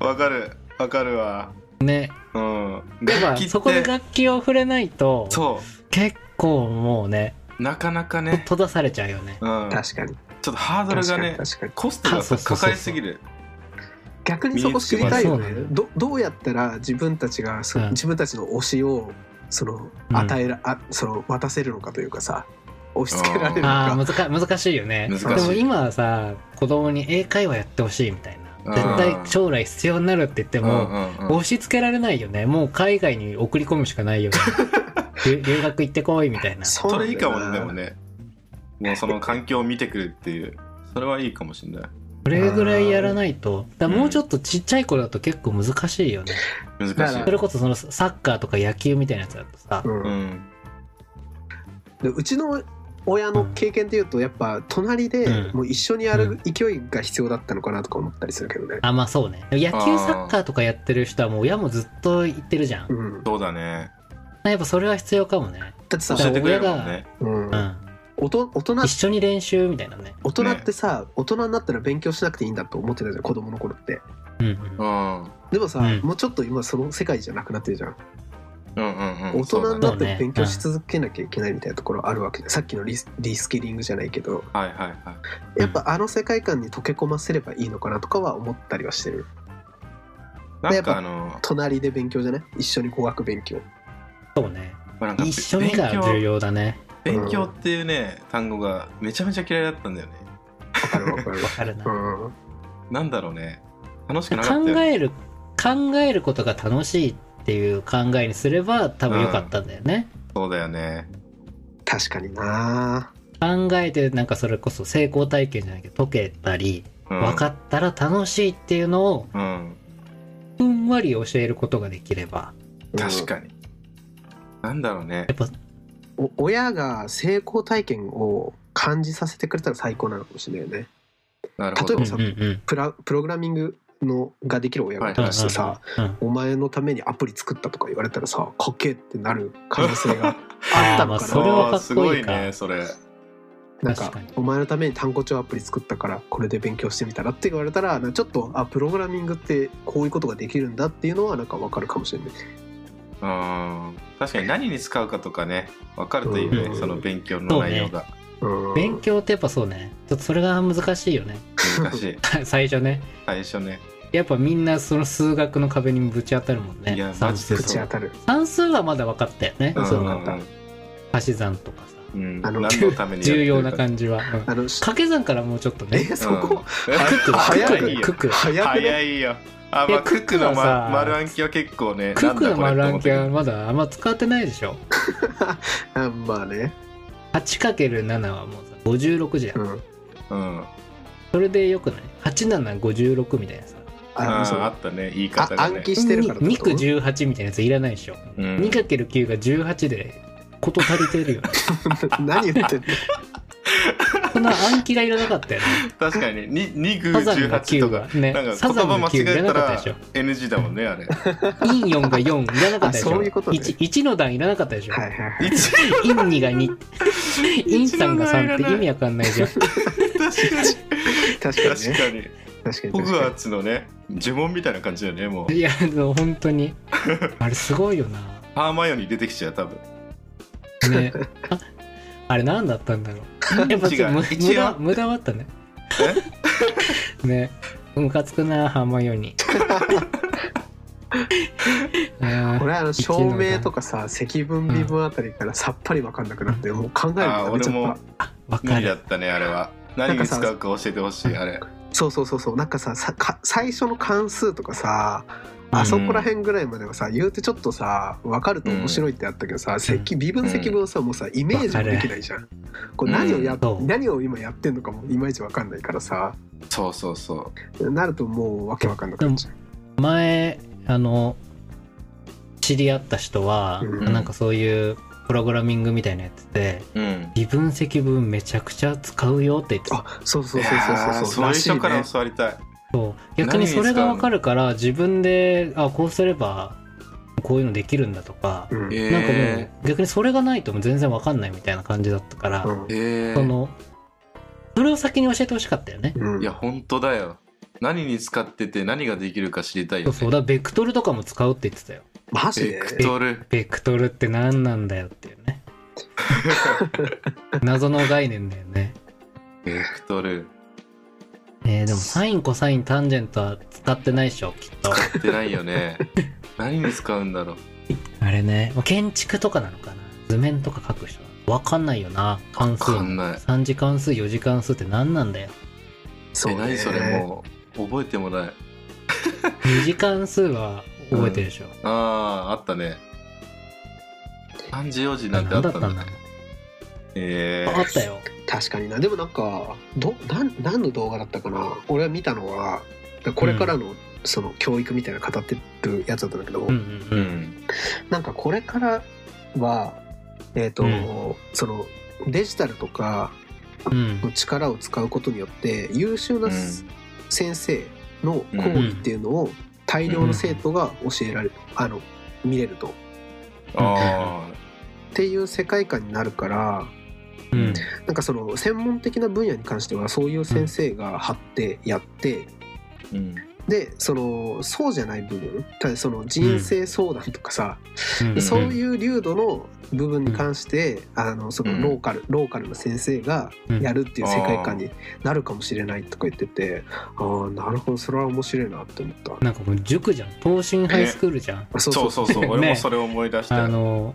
[SPEAKER 3] わかるわかるわ
[SPEAKER 2] ね
[SPEAKER 3] うん
[SPEAKER 2] やっぱ
[SPEAKER 3] 楽器って
[SPEAKER 2] そこで楽器を触れないと
[SPEAKER 3] そ
[SPEAKER 2] 結構もうね
[SPEAKER 3] うなかなかね、
[SPEAKER 2] 閉ざされちゃうよね
[SPEAKER 3] うん、ち
[SPEAKER 4] 確かに
[SPEAKER 3] ょっとハードル
[SPEAKER 4] 確
[SPEAKER 3] が
[SPEAKER 4] かに
[SPEAKER 3] ね
[SPEAKER 4] 確かに
[SPEAKER 3] コストが
[SPEAKER 2] そうそうそう
[SPEAKER 3] か
[SPEAKER 2] そ
[SPEAKER 3] か
[SPEAKER 2] う
[SPEAKER 3] りすぎる
[SPEAKER 4] 逆にそこ知りたいよね
[SPEAKER 2] 身につけばそうなの
[SPEAKER 4] どどうやったら自分たちがそ
[SPEAKER 2] うん
[SPEAKER 4] 自分たちの推しをその
[SPEAKER 2] うん
[SPEAKER 4] 与えら、あその渡せるのかというかさ押し付けられるの
[SPEAKER 2] ああ
[SPEAKER 4] か
[SPEAKER 2] 難か難しいよね
[SPEAKER 3] 難しい
[SPEAKER 2] でも今はさ子供に英会話やってほしいみたい
[SPEAKER 3] うん
[SPEAKER 2] な絶対将来必要になるって言って
[SPEAKER 3] で
[SPEAKER 2] も、
[SPEAKER 3] うんうんうん
[SPEAKER 2] 押し付けられないよねもう海外に送り込むしかない よね留留学行ってこいみたいな
[SPEAKER 4] そ
[SPEAKER 3] それいいかもね
[SPEAKER 4] なんだ
[SPEAKER 3] で
[SPEAKER 4] よ
[SPEAKER 3] も
[SPEAKER 4] な
[SPEAKER 3] ねもうその環境を見てくるっていうそれはいいかもしれない
[SPEAKER 2] それぐらいやらないとだからもうちょっとちっちゃい子だと結構難しいよね、
[SPEAKER 3] 難し
[SPEAKER 4] だか
[SPEAKER 3] い
[SPEAKER 4] ら
[SPEAKER 2] それこそそのサッカーとか野球みたいなやつだとさ、
[SPEAKER 4] う
[SPEAKER 3] うんん
[SPEAKER 4] でうちの親の経験でいうとやっぱ隣で
[SPEAKER 2] うん
[SPEAKER 4] もう一緒にやる勢いが必要だったのかなとか思ったりするけどね。
[SPEAKER 2] あまあそうね野球サッカーとかやってる人はもう親もずっと言ってるじゃん
[SPEAKER 4] うん、だ
[SPEAKER 3] そうだね
[SPEAKER 2] やっぱそれは必要かもね
[SPEAKER 4] って
[SPEAKER 3] 教
[SPEAKER 4] さ、
[SPEAKER 3] えてくれるもんね
[SPEAKER 4] うん
[SPEAKER 2] うん
[SPEAKER 4] おと大人
[SPEAKER 2] 一緒に練習みたいなね
[SPEAKER 4] 大人ってさ、大人になったら勉強しなくていいんだと思ってたじゃん子供の頃って。
[SPEAKER 2] うんう
[SPEAKER 3] うんん
[SPEAKER 4] でもさ、
[SPEAKER 2] うん
[SPEAKER 4] もうちょっと今その世界じゃなくなってるじゃん。
[SPEAKER 3] うんうんうん
[SPEAKER 4] 大人
[SPEAKER 3] そう
[SPEAKER 4] に
[SPEAKER 3] だ
[SPEAKER 4] な
[SPEAKER 3] ね
[SPEAKER 4] って勉強し続けなきゃいけないみたいなところあるわけで、さっきのリスリスキリングじゃないけど
[SPEAKER 3] はいはいはい
[SPEAKER 4] やっぱあの世界観に溶け込ませればいいのかなとかは思ったりはしてる
[SPEAKER 3] なんかあの
[SPEAKER 4] 隣で勉強じゃない一緒に語学勉強
[SPEAKER 2] そうね
[SPEAKER 3] なんか
[SPEAKER 2] 一緒にが
[SPEAKER 3] 勉強
[SPEAKER 2] 重要だね
[SPEAKER 3] 勉強っていうね単語がめちゃめちゃ嫌いだったんだよね
[SPEAKER 4] わかるわかる
[SPEAKER 2] わかるな
[SPEAKER 4] わ、うん、
[SPEAKER 3] なんだろうね楽しくなかったよ
[SPEAKER 2] 考
[SPEAKER 3] ね
[SPEAKER 2] える考えることが楽しいっていう考えにすれば多分良かったんだよね、
[SPEAKER 3] そうだよね
[SPEAKER 4] 確かにな
[SPEAKER 2] 考えてなんかそれこそ成功体験じゃないけど解けたり
[SPEAKER 3] うん
[SPEAKER 2] 分かったら楽しいっていうのを
[SPEAKER 3] うん
[SPEAKER 2] ふんわり教えることができれば
[SPEAKER 3] 確かになんだろうね
[SPEAKER 2] やっぱ
[SPEAKER 4] に、お親が成功体験を感じさせてくれたら最高なのかもしれないよね
[SPEAKER 3] なるほど
[SPEAKER 4] 例
[SPEAKER 2] う
[SPEAKER 4] えば
[SPEAKER 2] ん
[SPEAKER 4] さ
[SPEAKER 2] うんうん
[SPEAKER 4] プラプログラミングのができる親がいたとしてさ、
[SPEAKER 2] うん
[SPEAKER 4] お前のためにアプリ作ったとか言われたらさかっけえってなる可能性があったの
[SPEAKER 2] あーまあ
[SPEAKER 4] かな
[SPEAKER 2] それはか
[SPEAKER 3] あー
[SPEAKER 2] っこいいか
[SPEAKER 3] すごいねそれ
[SPEAKER 4] なんか
[SPEAKER 2] 確かに
[SPEAKER 4] お前のために単語帳アプリ作ったからこれで勉強してみたらって言われたらなんかちょっとあプログラミングってこういうことができるんだっていうのはなんかわかるかもしれない
[SPEAKER 3] うん確かに何に使うかとかね分かるといいよ
[SPEAKER 2] う
[SPEAKER 3] ね
[SPEAKER 2] ん
[SPEAKER 3] その勉強の内容が
[SPEAKER 4] うん
[SPEAKER 2] 勉強ってやっぱそうねちょっとそれが難しいよね
[SPEAKER 3] 難しい
[SPEAKER 2] 最初ね
[SPEAKER 3] 最初ね
[SPEAKER 2] やっぱみんなその数学の壁にぶち当たるもんね
[SPEAKER 3] いや
[SPEAKER 2] 算
[SPEAKER 3] マジ
[SPEAKER 2] 数
[SPEAKER 3] でそ
[SPEAKER 4] ぶ
[SPEAKER 3] う
[SPEAKER 4] ち当たる
[SPEAKER 2] 算数はまだ分かったよね、
[SPEAKER 4] うん
[SPEAKER 2] そ
[SPEAKER 4] そうなんだ
[SPEAKER 2] 足し算とかさ
[SPEAKER 3] うん
[SPEAKER 4] あの
[SPEAKER 3] 何のためにやってるか
[SPEAKER 2] 重要な感じは、うん
[SPEAKER 4] あのし
[SPEAKER 2] 掛け算からもうちょっとね
[SPEAKER 4] え そこ
[SPEAKER 3] うん
[SPEAKER 4] 早
[SPEAKER 2] クク
[SPEAKER 4] 早い
[SPEAKER 2] クク
[SPEAKER 4] 早くね
[SPEAKER 3] 早いよあ
[SPEAKER 2] い
[SPEAKER 3] ま
[SPEAKER 2] や
[SPEAKER 3] あクッ
[SPEAKER 2] クッ
[SPEAKER 3] クの
[SPEAKER 2] クはさ
[SPEAKER 3] ま丸暗記は結構ね
[SPEAKER 2] ククの丸暗記
[SPEAKER 3] な
[SPEAKER 2] は
[SPEAKER 3] んだこれって思って
[SPEAKER 2] まだあんま使ってないでしょ
[SPEAKER 4] あまあね
[SPEAKER 2] 8×7 はもうさ56じゃん、
[SPEAKER 4] うん
[SPEAKER 3] たうん
[SPEAKER 2] それでよくない ?8756 みたいなさ
[SPEAKER 4] あ
[SPEAKER 3] あ
[SPEAKER 4] そう
[SPEAKER 3] ーあったね言い
[SPEAKER 4] あ
[SPEAKER 3] 方が
[SPEAKER 4] 暗
[SPEAKER 3] ね
[SPEAKER 4] 記してるからって
[SPEAKER 2] 2
[SPEAKER 4] こ
[SPEAKER 2] 区
[SPEAKER 4] と
[SPEAKER 2] 18みたいなやついらないでしょ、
[SPEAKER 3] うん
[SPEAKER 2] 2×9 が18で事足りてるよね
[SPEAKER 4] 何言ってんの
[SPEAKER 2] そんな暗記がいらなかったよね
[SPEAKER 3] 確かにに2
[SPEAKER 2] サザン
[SPEAKER 3] 9
[SPEAKER 2] が9
[SPEAKER 3] 18と
[SPEAKER 2] が
[SPEAKER 3] か
[SPEAKER 2] ね
[SPEAKER 3] なんか
[SPEAKER 2] サ
[SPEAKER 3] 言
[SPEAKER 2] ザン
[SPEAKER 3] 葉
[SPEAKER 2] の
[SPEAKER 3] 間
[SPEAKER 2] 9い
[SPEAKER 3] 違
[SPEAKER 2] ら
[SPEAKER 3] え
[SPEAKER 2] な
[SPEAKER 3] た
[SPEAKER 2] かったで
[SPEAKER 3] ら
[SPEAKER 2] しょ
[SPEAKER 3] NG だもんねあれ
[SPEAKER 2] 陰4が4いらなかったでし
[SPEAKER 4] あ
[SPEAKER 2] ょ
[SPEAKER 4] そういうことね
[SPEAKER 2] 1, の段いらなかったでしょ、
[SPEAKER 4] はいはいはい
[SPEAKER 3] 一
[SPEAKER 2] 陰2が2陰3が3って意味
[SPEAKER 3] や
[SPEAKER 2] わかんないじゃん
[SPEAKER 3] 確かに
[SPEAKER 4] 確かに
[SPEAKER 3] 確
[SPEAKER 4] ね
[SPEAKER 3] かに
[SPEAKER 4] 確かに
[SPEAKER 3] ホグ
[SPEAKER 4] 確
[SPEAKER 3] ワ
[SPEAKER 4] か
[SPEAKER 3] ーツのね呪文みたいな感じだよねもう
[SPEAKER 2] いやあの本当にあれすごいよな
[SPEAKER 3] ハーマイオニー出てきちゃう多分
[SPEAKER 2] ねああれ何だったんだろうやっぱちょっとむ
[SPEAKER 3] 一応
[SPEAKER 2] 無駄無駄はあったね ねムカつくなハーマイオニ ー
[SPEAKER 4] に
[SPEAKER 2] あー
[SPEAKER 4] 俺あの照明とかさ積分微分あたりからさっぱり分かんなくなってもう考えるの
[SPEAKER 3] ああ
[SPEAKER 4] やめち
[SPEAKER 3] 俺
[SPEAKER 4] ゃった
[SPEAKER 3] も
[SPEAKER 2] わか
[SPEAKER 3] 無理だ
[SPEAKER 2] る
[SPEAKER 3] ったねあれは何に使うか教えてほしいあれ
[SPEAKER 4] そうそうそうそうなんかささか最初の関数とかさあそこら辺ぐらいまではさ、言うてちょっとさ分かると面白いってあったけどさ、積微分積分をさもうさイメージもできないじゃん。これ何をや、
[SPEAKER 2] うんそう
[SPEAKER 4] 何を今やってんのかもいまいち分かんないからさ
[SPEAKER 3] そうそうそう
[SPEAKER 4] なるともうわけ分かんなくなっちゃう。
[SPEAKER 2] 前あの知り合った人は、
[SPEAKER 4] うん
[SPEAKER 2] なんかそういうプログラミングみたいなやつで
[SPEAKER 3] うん
[SPEAKER 2] 微分積分めちゃくちゃ使うよって言ってた
[SPEAKER 4] あそうそう
[SPEAKER 3] い
[SPEAKER 4] そうそう
[SPEAKER 3] やー
[SPEAKER 4] そう
[SPEAKER 3] そうい
[SPEAKER 4] ら
[SPEAKER 3] う
[SPEAKER 4] しい
[SPEAKER 3] 人から
[SPEAKER 4] ね。
[SPEAKER 3] 教わりたい
[SPEAKER 2] そう逆にそれが分かるから自分であこうすればこういうのできるんだとか、
[SPEAKER 4] うん
[SPEAKER 3] え
[SPEAKER 2] なんかも
[SPEAKER 3] ー
[SPEAKER 2] う逆にそれがないともう全然分かんないみたいな感じだったから、
[SPEAKER 4] うん
[SPEAKER 3] え
[SPEAKER 2] そ
[SPEAKER 3] ー
[SPEAKER 2] のそれを先に教えてほしかったよね。
[SPEAKER 4] うん
[SPEAKER 3] いや本当だよ何に使ってて何ができるか知りたい
[SPEAKER 2] そ
[SPEAKER 3] よ
[SPEAKER 2] う
[SPEAKER 3] ね
[SPEAKER 2] そうだからベクトルとかも使うって言ってたよ。
[SPEAKER 4] マジ
[SPEAKER 3] ベ
[SPEAKER 4] で
[SPEAKER 3] クトル
[SPEAKER 2] ベクトルって何なんだよっていうね謎の概念だよね。
[SPEAKER 3] ベクトル
[SPEAKER 2] えーでもサインコサインタンジェントは使ってないでしょきっと。
[SPEAKER 3] やってないよね 何に使うんだろう
[SPEAKER 2] あれねまあ建築とかなのかな図面とか書く人は分かんないよな関数
[SPEAKER 3] わかんない
[SPEAKER 2] 3次関数4次関数って何なんだよ
[SPEAKER 4] そう
[SPEAKER 3] え
[SPEAKER 4] ね
[SPEAKER 3] 何それもう覚えてもない
[SPEAKER 2] 2次関数は覚えてるでしょ、
[SPEAKER 3] あああったね漢字用字なんてあったんだ
[SPEAKER 2] 何だ
[SPEAKER 3] ね
[SPEAKER 2] ったんだ
[SPEAKER 3] え
[SPEAKER 2] あったよ
[SPEAKER 4] 確かになでもなんかどなん何の動画だったかな俺は見たのはこれからのその教育みたいな語ってるやつだったんだけど、
[SPEAKER 2] うんう
[SPEAKER 3] ーうんん
[SPEAKER 4] なんかこれからはえっ、と、
[SPEAKER 2] うん
[SPEAKER 4] そのデジタルとか
[SPEAKER 2] うん
[SPEAKER 4] の力を使うことによって優秀なす先生の講義っていうのを大量の生徒が教えられる、あの見れると。っ
[SPEAKER 3] あ
[SPEAKER 4] ていう世界観になるから
[SPEAKER 2] うん
[SPEAKER 4] なんかその専門的な分野に関してはそういう先生が張ってやって
[SPEAKER 3] あ、うん、
[SPEAKER 4] でそのそうじゃない部分ただその人生相談とかさ、でそういう流度の部分に関して、あのそのローカル、ローカルの先生がやるっていう世界観になるかもしれないとか言ってて、ああなるほどそれは面白いなって思った。
[SPEAKER 2] なんかもう塾じゃん東進ハイスクールじゃん、
[SPEAKER 4] あそ
[SPEAKER 3] そうそうそう、
[SPEAKER 2] ね
[SPEAKER 3] 俺もそれを思い出した
[SPEAKER 2] あの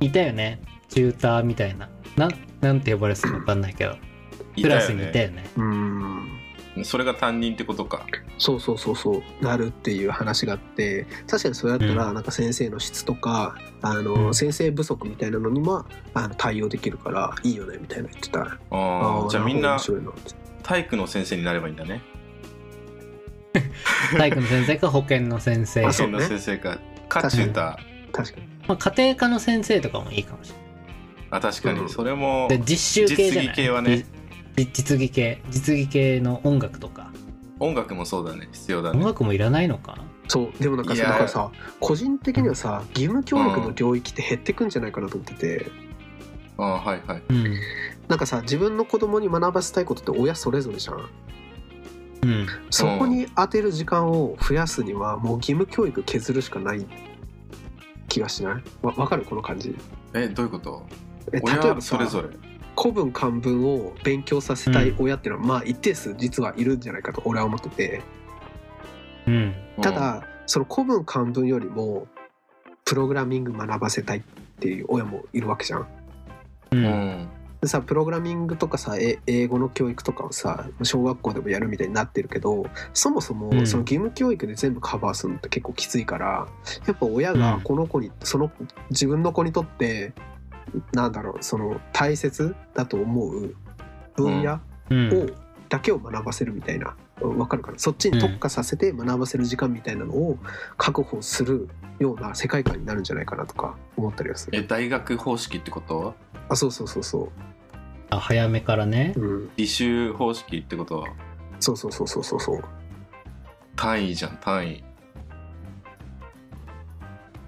[SPEAKER 2] いたよねチューターみたいななんなんて呼ばれてたのか分かんないけど
[SPEAKER 3] い
[SPEAKER 2] ク
[SPEAKER 3] た
[SPEAKER 2] ラ
[SPEAKER 3] よね
[SPEAKER 2] スにいたよね
[SPEAKER 4] うーん
[SPEAKER 3] それが担任ってことか
[SPEAKER 4] そうそうそうそうなるっていう話があって確かにそれだったら、
[SPEAKER 2] うん
[SPEAKER 4] なんか先生の質とかあ
[SPEAKER 2] う
[SPEAKER 4] の
[SPEAKER 2] ん
[SPEAKER 4] 先生不足みたいなのにもあの対応できるからいいよねみたいな言ってた
[SPEAKER 3] あ
[SPEAKER 4] ー
[SPEAKER 3] あじゃあみんな
[SPEAKER 4] るほど面白いなって
[SPEAKER 3] 体育の先生になればいいんだね
[SPEAKER 2] 体育の先生か保健の先 生、ま
[SPEAKER 4] あ
[SPEAKER 3] 保
[SPEAKER 4] そう
[SPEAKER 3] 健
[SPEAKER 4] ね
[SPEAKER 3] の先生かか
[SPEAKER 4] 確
[SPEAKER 3] チ
[SPEAKER 4] か
[SPEAKER 3] ュ
[SPEAKER 4] に
[SPEAKER 3] ータ
[SPEAKER 4] 確かに
[SPEAKER 2] あ、家庭科の先生とかもいいかもしれ
[SPEAKER 3] ーあ確か
[SPEAKER 4] う
[SPEAKER 3] に
[SPEAKER 4] ん
[SPEAKER 3] それも
[SPEAKER 2] ないで実習系じゃない
[SPEAKER 3] 実技系はね
[SPEAKER 2] じ実技系実技系の音楽とか
[SPEAKER 3] 音楽もそうだね必要だ
[SPEAKER 2] 音
[SPEAKER 3] ね
[SPEAKER 2] 楽もいらないのか
[SPEAKER 4] そうでもなんか
[SPEAKER 3] い
[SPEAKER 4] さ
[SPEAKER 3] や
[SPEAKER 4] だからさ個人的にはさ義務教育の領域って減ってくんじゃないかなと思ってて、
[SPEAKER 3] ああはいはい
[SPEAKER 2] うん
[SPEAKER 4] なんかさ自分の子供に学ばせたいことって親それぞれじゃん
[SPEAKER 2] うん
[SPEAKER 4] そこに当てる時間を増やすにはもう義務教育削るしかない気がしないわわかるこの感じ
[SPEAKER 3] えどういうこと
[SPEAKER 4] え例えば
[SPEAKER 3] 親
[SPEAKER 4] さ
[SPEAKER 3] それぞれ
[SPEAKER 4] 古文漢文を勉強させたい親っていうのは、まあ一定数実はいるんじゃないかと俺は思ってて
[SPEAKER 2] うん
[SPEAKER 4] ただその古文漢文よりもプログラミング学ばせたいっていう親もいるわけじゃん
[SPEAKER 2] う
[SPEAKER 3] うんん、
[SPEAKER 2] うん
[SPEAKER 4] でさプログラミングとかさえ英語の教育とかをさ小学校でもやるみたいになってるけどそもそも
[SPEAKER 2] うん
[SPEAKER 4] その義務教育で全部カバーするのって結構きついからやっぱ親
[SPEAKER 2] う
[SPEAKER 4] が
[SPEAKER 2] ん
[SPEAKER 4] この子にその自分の子にとってなんだろうその大切だと思う分野
[SPEAKER 2] うん
[SPEAKER 4] をだけを学ばせるみたいなわかるかなそっちに特化させて学ばせる時間みたいなのを確保するような世界観になるんじゃないかなとか思ったりはす
[SPEAKER 3] え
[SPEAKER 4] る。
[SPEAKER 3] 大学方式ってこと
[SPEAKER 4] あそうそうそうそ
[SPEAKER 2] あ早めからね
[SPEAKER 4] う、うん、
[SPEAKER 3] 履修方式ってこと
[SPEAKER 4] そうそうそうそうそうそう。
[SPEAKER 3] 単位じゃん単位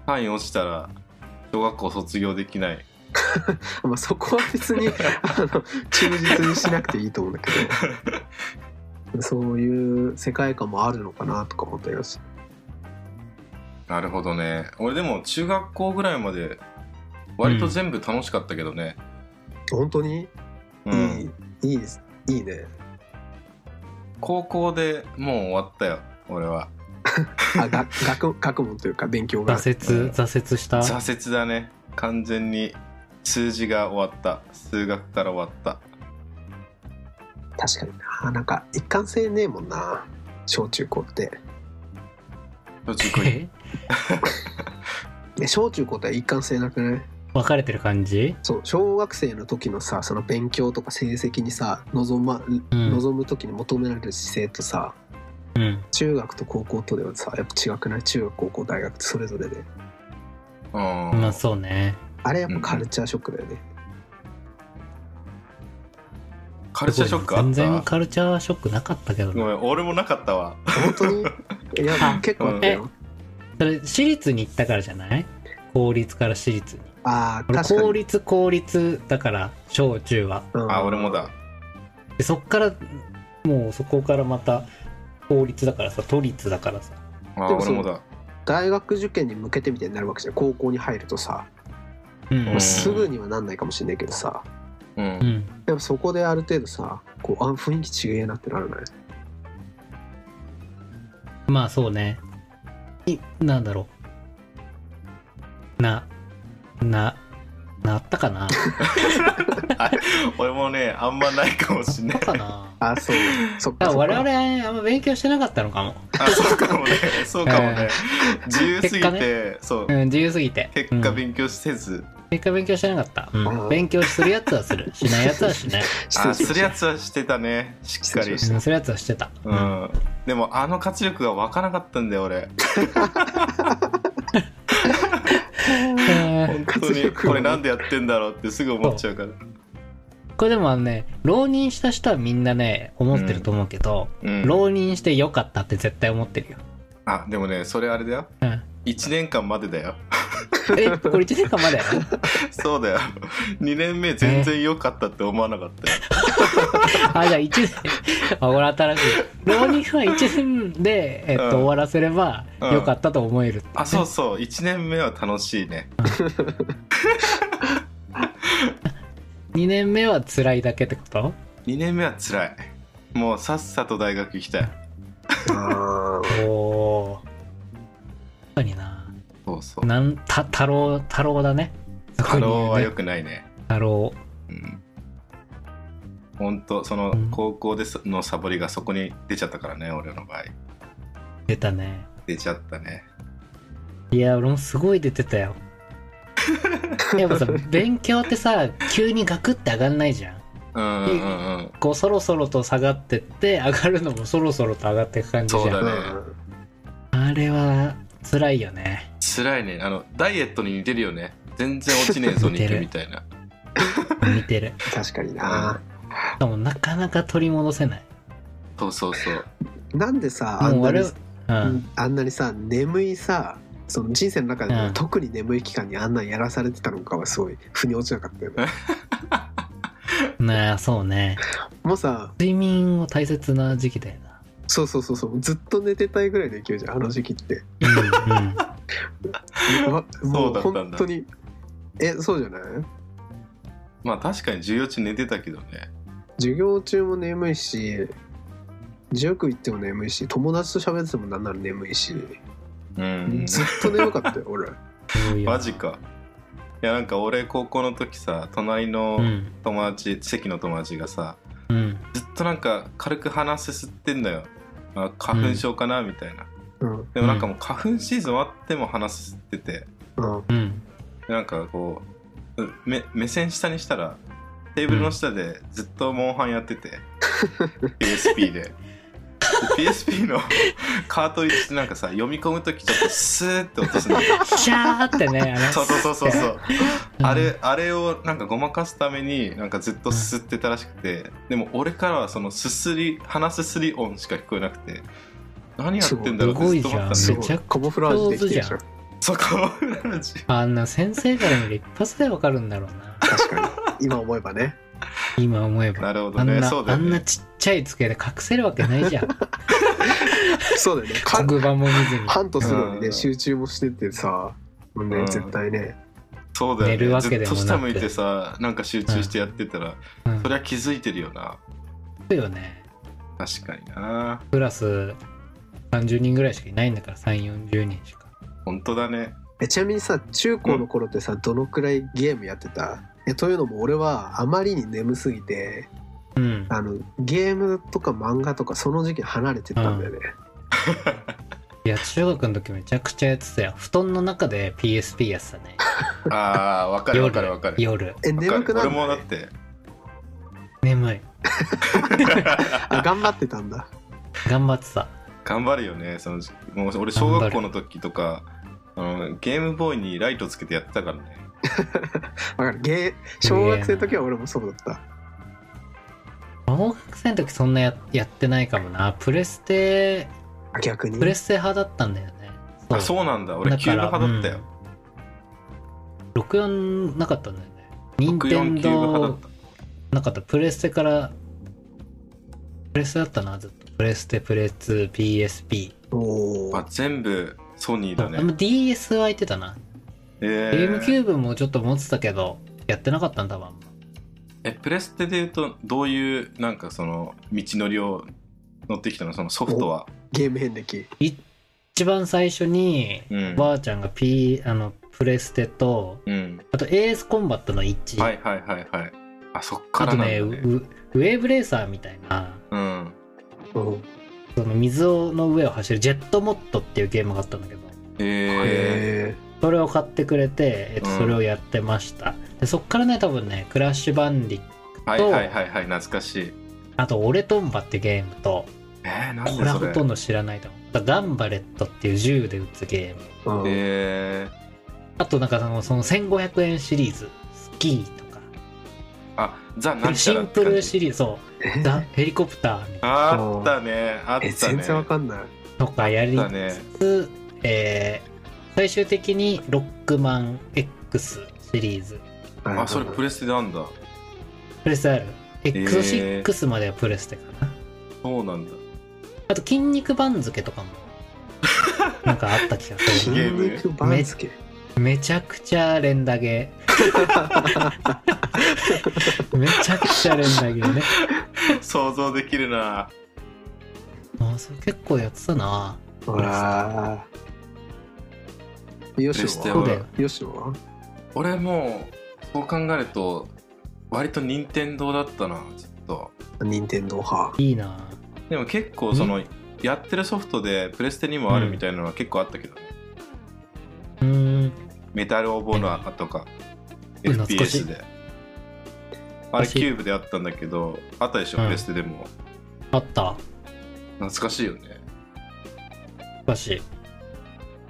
[SPEAKER 3] 単位落ちたら小学校卒業できない
[SPEAKER 4] まあ、そこは別にあの忠実にしなくていいと思うんだけどそういう世界観もあるのかなとか思ったよし
[SPEAKER 3] なるほどね俺でも中学校ぐらいまで割と全部楽しかったけどね
[SPEAKER 4] 本当に、
[SPEAKER 3] うん、
[SPEAKER 4] いいいいですいいね
[SPEAKER 3] 高校でもう終わったよ俺は
[SPEAKER 4] あが 学学問というか勉強が
[SPEAKER 2] 挫折挫折した
[SPEAKER 3] 挫折だね完全に数字が終わった数学から終わった
[SPEAKER 4] 確かにななんか一貫性ねえもんな小中高って
[SPEAKER 3] 途中来い
[SPEAKER 4] ね小中高って一貫性なくない
[SPEAKER 2] 分かれてる感じ
[SPEAKER 4] そう小学生の時のさその勉強とか成績にさ望,、ま
[SPEAKER 2] うん
[SPEAKER 4] 望む時に求められる姿勢とさ、
[SPEAKER 2] うん
[SPEAKER 4] 中学と高校とではさやっぱ違くない中学高校大学ってそれぞれで
[SPEAKER 3] うん
[SPEAKER 2] まあそうね
[SPEAKER 4] あれやっぱカルチャーショックだよね、
[SPEAKER 3] カルチャーショックあ
[SPEAKER 2] 全
[SPEAKER 3] っ
[SPEAKER 2] 然
[SPEAKER 3] た
[SPEAKER 2] カルチャーショックなかったけど
[SPEAKER 3] ごめ
[SPEAKER 2] なん
[SPEAKER 3] 俺もなかったわ
[SPEAKER 4] 本当 にいや結構あったよ
[SPEAKER 2] それ私立に行ったからじゃない公立から私立に
[SPEAKER 4] ああ
[SPEAKER 2] 俺
[SPEAKER 4] 確かに
[SPEAKER 2] 公立公立だから小中は
[SPEAKER 4] うん
[SPEAKER 3] あ俺もだ
[SPEAKER 2] でそっからもうそこからまた公立だからさ都立だからさ
[SPEAKER 3] あ
[SPEAKER 4] でもそ
[SPEAKER 3] 俺も
[SPEAKER 4] う
[SPEAKER 3] だ
[SPEAKER 4] 大学受験に向けてみたいになるわけじゃん高校に入るとさ、
[SPEAKER 2] うん
[SPEAKER 4] まあすぐにはなんないかもしれないけどさ
[SPEAKER 3] う
[SPEAKER 2] うんん
[SPEAKER 4] でもそこである程度さこうあ雰囲気ちげえなってならない
[SPEAKER 2] まあそうねいなんだろうなななったかな
[SPEAKER 3] 俺もねあんまないかもしんな
[SPEAKER 2] ない ったかな
[SPEAKER 4] あそうそっ
[SPEAKER 2] だか
[SPEAKER 4] かそ
[SPEAKER 2] ら
[SPEAKER 4] っか
[SPEAKER 2] 我々あんま勉強してなかったのかも、
[SPEAKER 3] あそうかもねそうかもね、自由す
[SPEAKER 2] 結
[SPEAKER 3] ぎ
[SPEAKER 2] 果
[SPEAKER 3] てそう
[SPEAKER 2] うん、自由すぎて
[SPEAKER 3] 結
[SPEAKER 2] う
[SPEAKER 3] 果
[SPEAKER 2] ん
[SPEAKER 3] 勉強せず、
[SPEAKER 2] 結果勉強してなかった、うん
[SPEAKER 4] うん
[SPEAKER 2] 勉強するやつはするしないやつはしない、
[SPEAKER 4] 失
[SPEAKER 3] あ
[SPEAKER 4] 礼しました
[SPEAKER 3] するやつはしてたねしっかり
[SPEAKER 4] 失
[SPEAKER 2] うん、するやつはしてた、
[SPEAKER 3] う、んでもあの活力が湧かなかったんだよ俺
[SPEAKER 2] えー
[SPEAKER 3] 本当
[SPEAKER 4] 活
[SPEAKER 3] に
[SPEAKER 4] 力を
[SPEAKER 3] これなんでやってんだろうってすぐ思っちゃうから
[SPEAKER 2] これでもあのね浪人した人はみんなね思ってると思うけど、
[SPEAKER 3] うん
[SPEAKER 2] 浪人してよかったって絶対思ってるよ
[SPEAKER 3] あでもねそれあれだよ、
[SPEAKER 2] うん
[SPEAKER 3] 1年間までだよ
[SPEAKER 2] えこれ1年間まで
[SPEAKER 3] そうだよ2年目全然良かったって思わな かったよ、
[SPEAKER 2] あじゃあ1年 あこれ新しい浪人は1年で、えっと
[SPEAKER 3] うん
[SPEAKER 2] 終わらせれば
[SPEAKER 3] うん
[SPEAKER 2] よかったと思えるって、
[SPEAKER 3] あそうそう1年目は楽しいね
[SPEAKER 2] 2年目は辛いだけってこと
[SPEAKER 3] 2年目は辛いもうさっさと大学行きたい
[SPEAKER 4] あー
[SPEAKER 2] おお確かにな
[SPEAKER 3] そうそう
[SPEAKER 2] なんた太郎太郎だね
[SPEAKER 3] 過労は良
[SPEAKER 2] く
[SPEAKER 3] くないね
[SPEAKER 2] 太郎
[SPEAKER 3] うん本当その
[SPEAKER 2] うん
[SPEAKER 3] 高校でそのサボりがそこに出ちゃったからね俺の場合
[SPEAKER 2] 出たね
[SPEAKER 3] 出ちゃったね
[SPEAKER 2] いや俺もすごい出てた よやっぱさ勉強ってさ急にガクって上がんないじゃん
[SPEAKER 3] うんうんうんうん
[SPEAKER 2] こうそろそろと下がってって上がるのもそろそろと上がっていく感じじ
[SPEAKER 3] そ
[SPEAKER 2] ゃ
[SPEAKER 3] うんだね
[SPEAKER 2] あれは辛いよね
[SPEAKER 3] 辛いねあのダイエットに似てるよね全然落ちねえぞ
[SPEAKER 2] 似て
[SPEAKER 3] 肉
[SPEAKER 2] る
[SPEAKER 3] みたいな
[SPEAKER 2] 見てる
[SPEAKER 4] 確かにな、
[SPEAKER 2] しかもなかなか取り戻せない
[SPEAKER 3] そうそうそう
[SPEAKER 4] なんでさあ
[SPEAKER 2] も
[SPEAKER 4] ん
[SPEAKER 2] う
[SPEAKER 4] な
[SPEAKER 2] あれ
[SPEAKER 4] に
[SPEAKER 2] はうん
[SPEAKER 4] あんなにさ眠いさその人生の中で
[SPEAKER 2] う
[SPEAKER 4] も
[SPEAKER 2] ん
[SPEAKER 4] 特に眠い期間にあんなんやらされてたのかはすごい腑に落ちなかったよね。
[SPEAKER 2] ねえそうね
[SPEAKER 4] もうさ
[SPEAKER 2] 睡眠を大切な時期だよな
[SPEAKER 4] そうそうそうそうずっと寝てたいぐらいの勢いじゃんあの時期って。
[SPEAKER 2] うんうん
[SPEAKER 4] わ
[SPEAKER 3] そ
[SPEAKER 4] も
[SPEAKER 3] うだっ
[SPEAKER 4] う
[SPEAKER 3] たんだ
[SPEAKER 4] 本当にえそうじゃない
[SPEAKER 3] まあ確かに授業中寝てたけどね
[SPEAKER 4] 授業中も眠いし塾行っても眠いし友達と喋っててもなんなら眠いし
[SPEAKER 3] うん
[SPEAKER 4] ずっと眠かったよ俺。
[SPEAKER 2] 多いよな
[SPEAKER 3] マジかいやなんか俺高校の時さ隣
[SPEAKER 2] う
[SPEAKER 3] の
[SPEAKER 2] ん
[SPEAKER 3] 友達、席の友達がさ
[SPEAKER 2] うん
[SPEAKER 3] ずっとなんか軽く鼻すすってんだよあ花粉症かな、みたいな
[SPEAKER 4] うん
[SPEAKER 3] でもなんかもう花粉シーズン終わっても鼻すすってて
[SPEAKER 4] うん
[SPEAKER 2] うん
[SPEAKER 3] でなんかこうう目目線下にしたらテーブルの下でずっとモンハンやって て、PSP でで PSP の カートリッジってなんかさ読み込む時ちょっとスーって落とすの
[SPEAKER 2] シャーってねあれ
[SPEAKER 3] そうそうそうそうそう
[SPEAKER 2] うん
[SPEAKER 3] あれあれをなんかごまかすためになんかずっとすすってたらしくてでも俺からはそのすすり鼻すすり音しか聞こえなくて何やってんだろうってずっと思ってたん
[SPEAKER 2] すめちゃ
[SPEAKER 3] だけど
[SPEAKER 4] すごい
[SPEAKER 2] くちゃ
[SPEAKER 4] カモフラージュできてるじゃん
[SPEAKER 2] 上
[SPEAKER 3] そこは裏味
[SPEAKER 2] あんな先生から見る一発でわかるんだろうな
[SPEAKER 4] 確かに今思えばね
[SPEAKER 2] 今思えば
[SPEAKER 3] なるほ
[SPEAKER 2] あ
[SPEAKER 3] ど
[SPEAKER 2] ん
[SPEAKER 3] ね
[SPEAKER 2] な、
[SPEAKER 3] そうだ
[SPEAKER 2] あ
[SPEAKER 3] よ
[SPEAKER 2] んな
[SPEAKER 3] ね
[SPEAKER 2] ちっちゃい机で隠せるわけない じゃん
[SPEAKER 4] そうだよねか
[SPEAKER 2] 黒板も見ずに
[SPEAKER 4] ハントするのに
[SPEAKER 3] う
[SPEAKER 4] ね
[SPEAKER 3] ん
[SPEAKER 4] 集中もしててさもう
[SPEAKER 3] う
[SPEAKER 4] ね
[SPEAKER 3] ん
[SPEAKER 4] 絶対ね
[SPEAKER 3] そうだよね
[SPEAKER 2] 寝るわけでもなく
[SPEAKER 3] ずっと下向いてさなんか集中してやってたら、
[SPEAKER 2] うん
[SPEAKER 3] そりゃ気づいてるよな
[SPEAKER 2] そうよね
[SPEAKER 3] 確かにな
[SPEAKER 2] クラス30人ぐらいしかいないんだから340人しか
[SPEAKER 3] 本当だね
[SPEAKER 4] えちなみにさ中高の頃ってさどのくらいゲームやってたえというのも俺はあまりに眠すぎて
[SPEAKER 2] うん
[SPEAKER 4] あのゲームとか漫画とかその時期離れてたんだよね、
[SPEAKER 2] いや中学の時めちゃくちゃやってたよ布団の中で PSP やってたね
[SPEAKER 3] あーわかるわかるわかる
[SPEAKER 2] 夜
[SPEAKER 4] え眠くなる
[SPEAKER 3] 俺もだって
[SPEAKER 2] 眠い
[SPEAKER 4] あ頑張ってたんだ
[SPEAKER 2] 頑張ってた
[SPEAKER 3] 頑張るよねその時もう俺小学校の時とかあのゲームボーイにライトつけてやってたからね
[SPEAKER 4] わかるゲー小学生の時は俺もそうだった
[SPEAKER 2] 小学生の時そんなややってないかもなプレステ
[SPEAKER 4] あ逆に
[SPEAKER 2] プレステ派だったんだよね
[SPEAKER 3] あそうなんだ俺キューブ派だったよ、、
[SPEAKER 2] だからうん64なかったんだよね任天
[SPEAKER 3] 64キューブ派だ
[SPEAKER 2] 堂
[SPEAKER 3] った
[SPEAKER 2] なかったプレステからプレステだったなずっとプレステプレ2 PSP
[SPEAKER 4] おー
[SPEAKER 3] あ全部ソニーだ
[SPEAKER 2] でも
[SPEAKER 3] ね
[SPEAKER 2] DS は空いてたな、
[SPEAKER 3] え
[SPEAKER 2] ゲームキューブもちょっと持ってたけどやってなかったんだわ
[SPEAKER 3] えプレステでいうとどういうなんかその道のりを乗ってきたのそのソフトは
[SPEAKER 4] ゲーム遍歴
[SPEAKER 2] 一番最初に
[SPEAKER 3] うん
[SPEAKER 2] ばあちゃんが、P、あのプレステと
[SPEAKER 3] うん
[SPEAKER 2] あとエースコンバットの1、
[SPEAKER 3] はいはいはいはいあそっか
[SPEAKER 2] あ
[SPEAKER 3] ら
[SPEAKER 2] と
[SPEAKER 3] なんだ
[SPEAKER 2] ね
[SPEAKER 3] ね
[SPEAKER 2] ウウウェーブレーサーみたいな
[SPEAKER 3] うん
[SPEAKER 4] うん
[SPEAKER 2] その水の上を走るジェットモットっていうゲームがあったんだけど
[SPEAKER 3] え
[SPEAKER 4] へ
[SPEAKER 2] それを買ってくれて、えっと、
[SPEAKER 3] うん
[SPEAKER 2] それをやってました、でそっからね多分ねクラッシュバンディック
[SPEAKER 3] ー、はいはいはいはい懐かしい
[SPEAKER 2] あと「俺トンバ」ってゲームと
[SPEAKER 3] えー、なん
[SPEAKER 2] こ
[SPEAKER 3] でそ
[SPEAKER 2] れ
[SPEAKER 3] れ
[SPEAKER 2] はほとんど知らないと思うあとガンバレットっていう銃で撃つゲーム
[SPEAKER 4] えうん
[SPEAKER 3] え
[SPEAKER 2] あとなんかそのその1500円シリーズスキーとか
[SPEAKER 3] ー、あザ・なんちゃ
[SPEAKER 2] シ
[SPEAKER 3] ら
[SPEAKER 2] ン
[SPEAKER 3] って
[SPEAKER 2] プ
[SPEAKER 3] 感
[SPEAKER 2] ル
[SPEAKER 3] じ
[SPEAKER 2] シリーズそ
[SPEAKER 4] え
[SPEAKER 2] うザ・ヘリコプター
[SPEAKER 3] あったねあっ
[SPEAKER 4] え
[SPEAKER 3] た
[SPEAKER 4] 全
[SPEAKER 3] ね
[SPEAKER 4] 然わかんない
[SPEAKER 2] とかやり
[SPEAKER 3] あったね
[SPEAKER 2] つつ、えー最終的にロックマン X シリーズ
[SPEAKER 3] あそれプレステであんだ
[SPEAKER 2] プレステある
[SPEAKER 3] ー
[SPEAKER 2] X6 まではプレステかな、
[SPEAKER 3] そうなんだ
[SPEAKER 2] あと筋肉番付とか もなんかあった気がす
[SPEAKER 4] 筋
[SPEAKER 3] ゲ
[SPEAKER 2] る
[SPEAKER 3] ーム
[SPEAKER 4] 肉番付
[SPEAKER 2] めちゃくちゃ連打ゲ ーめちゃくちゃ連打ゲーね
[SPEAKER 3] 想像できるな
[SPEAKER 2] あーそれ結構やってたな
[SPEAKER 4] ほらーよ
[SPEAKER 3] プレス
[SPEAKER 4] し
[SPEAKER 3] テ
[SPEAKER 4] の
[SPEAKER 2] そ
[SPEAKER 4] は
[SPEAKER 2] うだよ
[SPEAKER 4] よしのは
[SPEAKER 3] 俺もうそう考えると割と任天堂だったなちょっと
[SPEAKER 4] 任天堂派
[SPEAKER 2] いいな
[SPEAKER 3] でも結構そのやってるソフトでプレステにもあるみたいなのは結構あったけどね、
[SPEAKER 2] うーん
[SPEAKER 3] メタルオーボーナーとか
[SPEAKER 2] うん懐かしい
[SPEAKER 3] FPS であ
[SPEAKER 2] 懐か
[SPEAKER 3] れ
[SPEAKER 2] しい
[SPEAKER 3] キューブであったんだけどあったでしょ、
[SPEAKER 2] うん
[SPEAKER 3] プレステでも
[SPEAKER 2] あった
[SPEAKER 3] 懐かしいよね
[SPEAKER 2] 懐かしい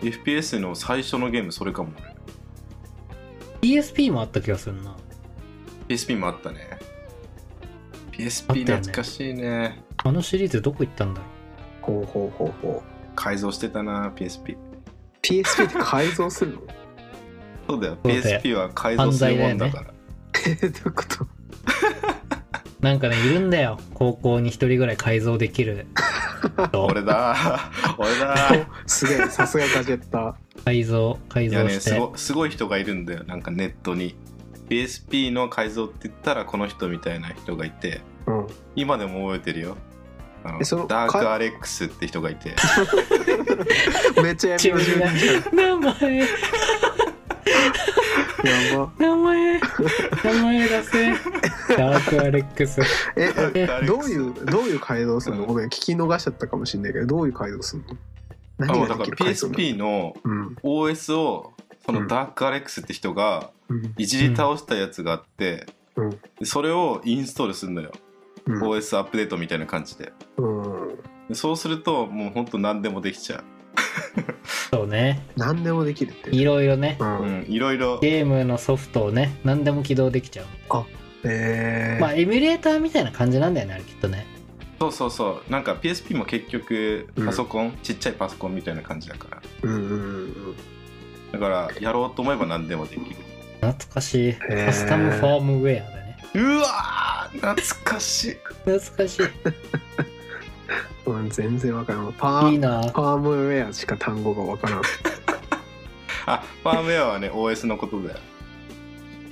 [SPEAKER 3] FPS の最初のゲームそれかも
[SPEAKER 2] PSP もあった気がするな
[SPEAKER 3] PSP もあったね
[SPEAKER 2] あった
[SPEAKER 3] PSP
[SPEAKER 2] よね
[SPEAKER 3] 懐かしいね
[SPEAKER 2] あのシリーズどこ行ったんだろ
[SPEAKER 4] ほうほうほうほう
[SPEAKER 3] 改造してたな PSP
[SPEAKER 4] PSP って改造するの
[SPEAKER 3] そうだよ
[SPEAKER 2] そうだよ
[SPEAKER 3] PSP は改造するもんだから
[SPEAKER 4] えどういうこと
[SPEAKER 2] うなんかねいるんだよ高校に一人ぐらい改造でき る人
[SPEAKER 3] 俺だ俺だ
[SPEAKER 4] おすげえさすがガジェッタ
[SPEAKER 2] 改造改
[SPEAKER 3] いや
[SPEAKER 2] 造
[SPEAKER 3] ね
[SPEAKER 2] し
[SPEAKER 3] す
[SPEAKER 2] て、
[SPEAKER 3] ごすごい人がいるんだよなんかネットに PSP の改造って言ったらこの人みたいな人がいて
[SPEAKER 4] ーうん
[SPEAKER 3] 今でも覚えてるよあの
[SPEAKER 4] えその
[SPEAKER 3] ダーク
[SPEAKER 4] か
[SPEAKER 3] アレックスって人が いて
[SPEAKER 4] めっちゃ
[SPEAKER 2] チ
[SPEAKER 4] 闇
[SPEAKER 2] ー
[SPEAKER 4] の住
[SPEAKER 2] ムが
[SPEAKER 4] 人じゃん
[SPEAKER 2] 名前
[SPEAKER 4] やば
[SPEAKER 2] 名前名前出せダークアレックス
[SPEAKER 4] え
[SPEAKER 3] ダークアレックス
[SPEAKER 4] どういうどういう改造する
[SPEAKER 3] う
[SPEAKER 4] の
[SPEAKER 3] ん
[SPEAKER 4] ごめん聞き逃しちゃったかもしれないけどどういう改造するの
[SPEAKER 3] あも
[SPEAKER 4] 何
[SPEAKER 3] うだ
[SPEAKER 4] がで
[SPEAKER 3] か
[SPEAKER 4] き
[SPEAKER 3] ら
[SPEAKER 4] る改造なの
[SPEAKER 3] PSP の
[SPEAKER 4] うん
[SPEAKER 3] OS をそのダークアレックスって人が
[SPEAKER 4] うん
[SPEAKER 3] いじり倒したやつがあって、
[SPEAKER 4] うん
[SPEAKER 3] でそれをインストールするのよ、
[SPEAKER 4] うん
[SPEAKER 3] OS アップデートみたいな感じで
[SPEAKER 4] うん
[SPEAKER 3] でそうするともうほんと何でもできちゃ
[SPEAKER 2] そうね
[SPEAKER 4] 何でもできるって
[SPEAKER 2] いろいろね
[SPEAKER 4] う
[SPEAKER 3] う、うんん、いろいろ
[SPEAKER 2] ゲームのソフトをね何でも起動できちゃう、
[SPEAKER 4] え
[SPEAKER 2] まあ
[SPEAKER 4] ー
[SPEAKER 2] エミュレーターみたいな感じなんだよねあれきっとね
[SPEAKER 3] そうそうそうなんか PSP も結局パソコン、ちっちゃいパソコンみたいな感じだから
[SPEAKER 4] うんうんうん
[SPEAKER 3] だからやろうと思えば何でもできる
[SPEAKER 2] 懐かしい
[SPEAKER 4] ー
[SPEAKER 2] カスタムファームウェアだね
[SPEAKER 3] うわー懐かしい
[SPEAKER 2] 懐かし
[SPEAKER 4] うんうん全然わからんパー
[SPEAKER 2] いいいなぁ
[SPEAKER 4] ファームウェアしか単語がわからん
[SPEAKER 3] あファームウェアはね OS のことだよ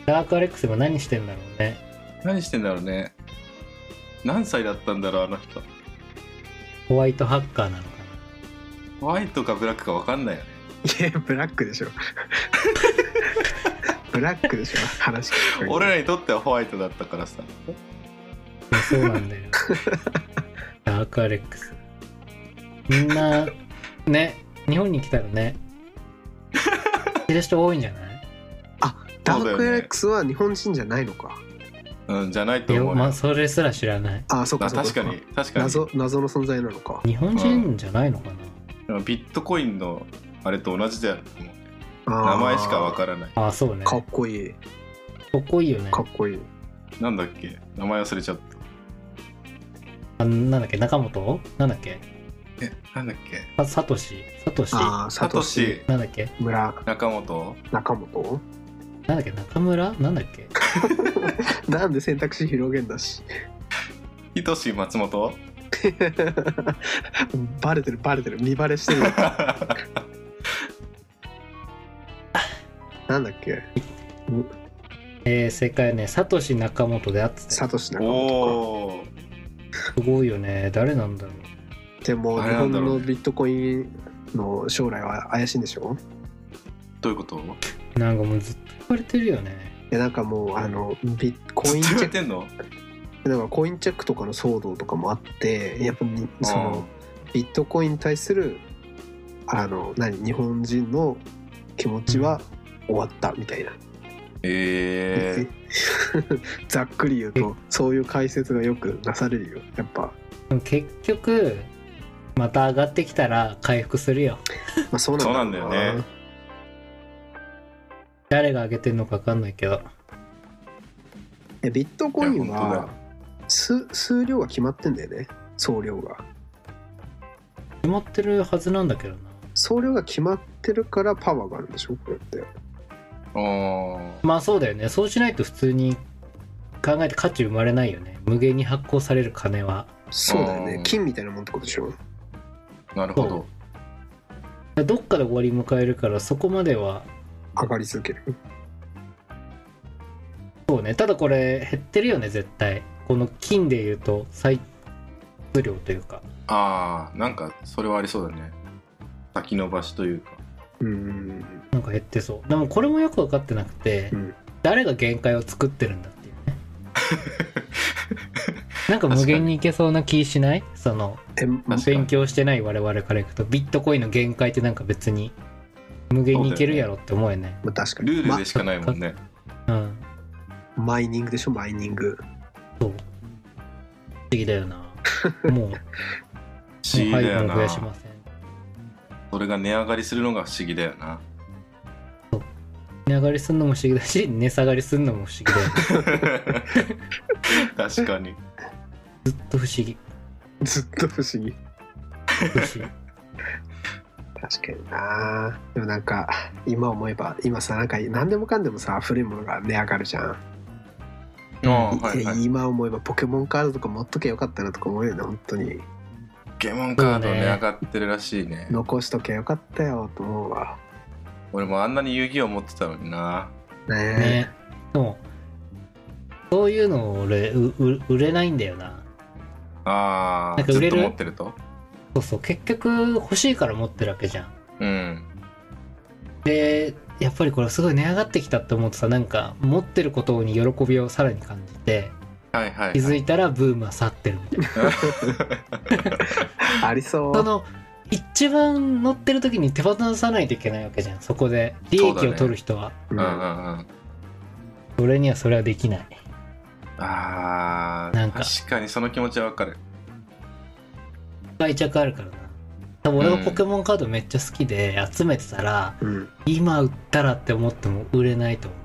[SPEAKER 2] ダークアレックスも何してんだろうね
[SPEAKER 3] 何してんだろうね何歳だったんだろうあの人
[SPEAKER 2] ホワイトハッカーなのか
[SPEAKER 3] ホワイトかブラックか分かんないよね
[SPEAKER 4] いやブラックで しょブラックでしょ話聞く限り
[SPEAKER 3] 俺らにとってはホワイトだったからさ
[SPEAKER 2] なそうなん だよダークアレックスみんなね日本に来たらね知る人多いんじゃ ない
[SPEAKER 4] ダークエレックスは日本人じゃないのか
[SPEAKER 3] うんじゃないと
[SPEAKER 2] いや
[SPEAKER 3] 思うよ、
[SPEAKER 2] まあそれすら知らない
[SPEAKER 4] あそっ
[SPEAKER 3] まあ
[SPEAKER 4] かそっか
[SPEAKER 3] 確かに確かに
[SPEAKER 4] 謎謎の存在なのか
[SPEAKER 2] 日本人じゃないのかな、
[SPEAKER 3] でもビットコインのあれと同じだよねもう名
[SPEAKER 4] 名
[SPEAKER 3] 前しか分からない
[SPEAKER 2] ああそうね
[SPEAKER 4] か
[SPEAKER 2] か
[SPEAKER 4] っこいい
[SPEAKER 2] っこいいよね
[SPEAKER 4] かっこいい
[SPEAKER 3] なんだっけ名前忘れちゃった
[SPEAKER 2] あなんだっけ中本なんだっけ
[SPEAKER 3] えなんだっけ
[SPEAKER 2] さサトシサトシな
[SPEAKER 4] ああ
[SPEAKER 3] サ
[SPEAKER 4] サ
[SPEAKER 3] ト
[SPEAKER 4] トシ
[SPEAKER 3] シ
[SPEAKER 2] んだっけ
[SPEAKER 4] 村
[SPEAKER 3] 中本
[SPEAKER 4] 中本
[SPEAKER 2] なんだっけ中村なんだっけ
[SPEAKER 4] なんで選択肢広げんだし
[SPEAKER 3] ひとし松本
[SPEAKER 4] バレてるバレてる見バレしてるなんだっけ
[SPEAKER 2] えー、正解はねサトシ中本であってた
[SPEAKER 4] サトシ中本
[SPEAKER 3] おお
[SPEAKER 2] すごいよね誰なんだろう
[SPEAKER 4] かでも
[SPEAKER 3] あ
[SPEAKER 4] 日
[SPEAKER 3] れなん
[SPEAKER 4] 本
[SPEAKER 3] だろう
[SPEAKER 4] の
[SPEAKER 3] ね
[SPEAKER 4] ビットコインの将来は怪しいんでしょ
[SPEAKER 3] どういうこと
[SPEAKER 2] なんかもうずっと言われてるよね。
[SPEAKER 4] いやなんかもうあのビッコ
[SPEAKER 3] ず
[SPEAKER 4] イ
[SPEAKER 3] っ
[SPEAKER 4] ン
[SPEAKER 3] と
[SPEAKER 4] チ
[SPEAKER 3] 言わ
[SPEAKER 4] ェ
[SPEAKER 3] れて
[SPEAKER 4] ッ
[SPEAKER 3] んの
[SPEAKER 4] クなんかコインチェックとかの騒動とかもあってやっぱにそのビットコインに対するあの何日本人の気持ちは終わったみたいな
[SPEAKER 3] ええ
[SPEAKER 4] ざっくり言うとそういう解説がよくなされるよやっぱ、
[SPEAKER 2] でも結局、また上がってきたら回復するよ。
[SPEAKER 4] まあ、そうなんだ
[SPEAKER 3] そうな
[SPEAKER 4] ろな
[SPEAKER 3] んだよね
[SPEAKER 2] 誰が上げてんのか分かんないけど。
[SPEAKER 4] やビットコイン
[SPEAKER 3] いや本当だ
[SPEAKER 4] は
[SPEAKER 3] よ
[SPEAKER 4] 数数量が決まってんだよね総量が
[SPEAKER 2] 決まってるはずなんだけどな
[SPEAKER 4] 総量が決まってるからパワーがあるんでしょこれって
[SPEAKER 3] あー
[SPEAKER 2] まあそうだよねそうしないと普通に考えて価値生まれないよね無限に発行される金は
[SPEAKER 4] そうだよ
[SPEAKER 3] う
[SPEAKER 4] ね
[SPEAKER 3] ん
[SPEAKER 4] 金みたいなもんってことでしょ
[SPEAKER 3] なるほ
[SPEAKER 2] そ
[SPEAKER 3] ど。
[SPEAKER 2] どっかで終わり迎えるからそこまでは
[SPEAKER 4] 上がり続ける
[SPEAKER 2] そうねただこれ減ってるよね絶対この金でいうと最数量というか
[SPEAKER 3] ああ、なんかそれはありそうだね。先延ばしというか。
[SPEAKER 4] うん
[SPEAKER 2] なんか減ってそうでもこれもよく分かってなくて、
[SPEAKER 4] うん
[SPEAKER 2] 誰が限界を作ってるんだっていう ねなんか無限にいけそうな気しないその
[SPEAKER 4] え
[SPEAKER 3] かに
[SPEAKER 2] 勉強してない我々からいくとビットコインの限界ってなんか別に無限にいけるやろって思うよね
[SPEAKER 4] まあ、確かに
[SPEAKER 3] ルールでしかないもんね。
[SPEAKER 2] うん
[SPEAKER 4] まマイニングでしょマイニング
[SPEAKER 2] 不思議だ よなもうも
[SPEAKER 3] 不思
[SPEAKER 2] う
[SPEAKER 3] 議
[SPEAKER 2] は
[SPEAKER 3] だ
[SPEAKER 2] い
[SPEAKER 3] よ
[SPEAKER 2] もう増やしま
[SPEAKER 3] な。
[SPEAKER 2] せん
[SPEAKER 3] それが値上がりするのが不思議だよな。
[SPEAKER 2] 値上がりするのも不思議だし値下がりするのも不思議だよね
[SPEAKER 3] 確かに。
[SPEAKER 2] ずっと不思議
[SPEAKER 4] ずっと不思議
[SPEAKER 2] 不 思議
[SPEAKER 4] 確かになでもなんか今思えば今さなんか何でもかんでもさ古いものが値上がるじゃん、
[SPEAKER 3] ああ、はい
[SPEAKER 4] い
[SPEAKER 3] はい。
[SPEAKER 4] 今思えばポケモンカードとか持っとけばよかったなとか思うよね本当に
[SPEAKER 3] ポケモンカード値上がってるらしいね。
[SPEAKER 4] 残しとけばよかったよと思うわ
[SPEAKER 3] 俺もあんなに遊戯王持ってたのにな。
[SPEAKER 4] ね
[SPEAKER 2] ねでもそういうの俺うう売れないんだよなな
[SPEAKER 3] ああ、
[SPEAKER 2] んか
[SPEAKER 3] ず
[SPEAKER 2] 売
[SPEAKER 3] っ
[SPEAKER 2] れる
[SPEAKER 3] と持ってると。
[SPEAKER 2] そうそう結局欲しいから持ってるわけじゃん
[SPEAKER 3] うん。
[SPEAKER 2] でやっぱりこれすごい値上がってきたって思うとさなんか持ってることに喜びをさらに感じて
[SPEAKER 3] はいはい、はい。
[SPEAKER 2] 気づいたらブームは去ってるみたいな
[SPEAKER 4] ありそ
[SPEAKER 2] そうの一番乗ってる時に手放さないといけないわけじゃんそこで利益を取る人は
[SPEAKER 4] う
[SPEAKER 3] うん
[SPEAKER 4] ん
[SPEAKER 3] うんうん。
[SPEAKER 2] 俺にはそれはできない
[SPEAKER 3] あ
[SPEAKER 2] な
[SPEAKER 3] あ
[SPEAKER 2] んか
[SPEAKER 3] 確かにその気持ちはわかる。
[SPEAKER 2] 愛着あるからな多分俺がポケモンカードめっちゃ好きで集めてたら、
[SPEAKER 4] うん
[SPEAKER 2] 今売ったらって思っても売れないと思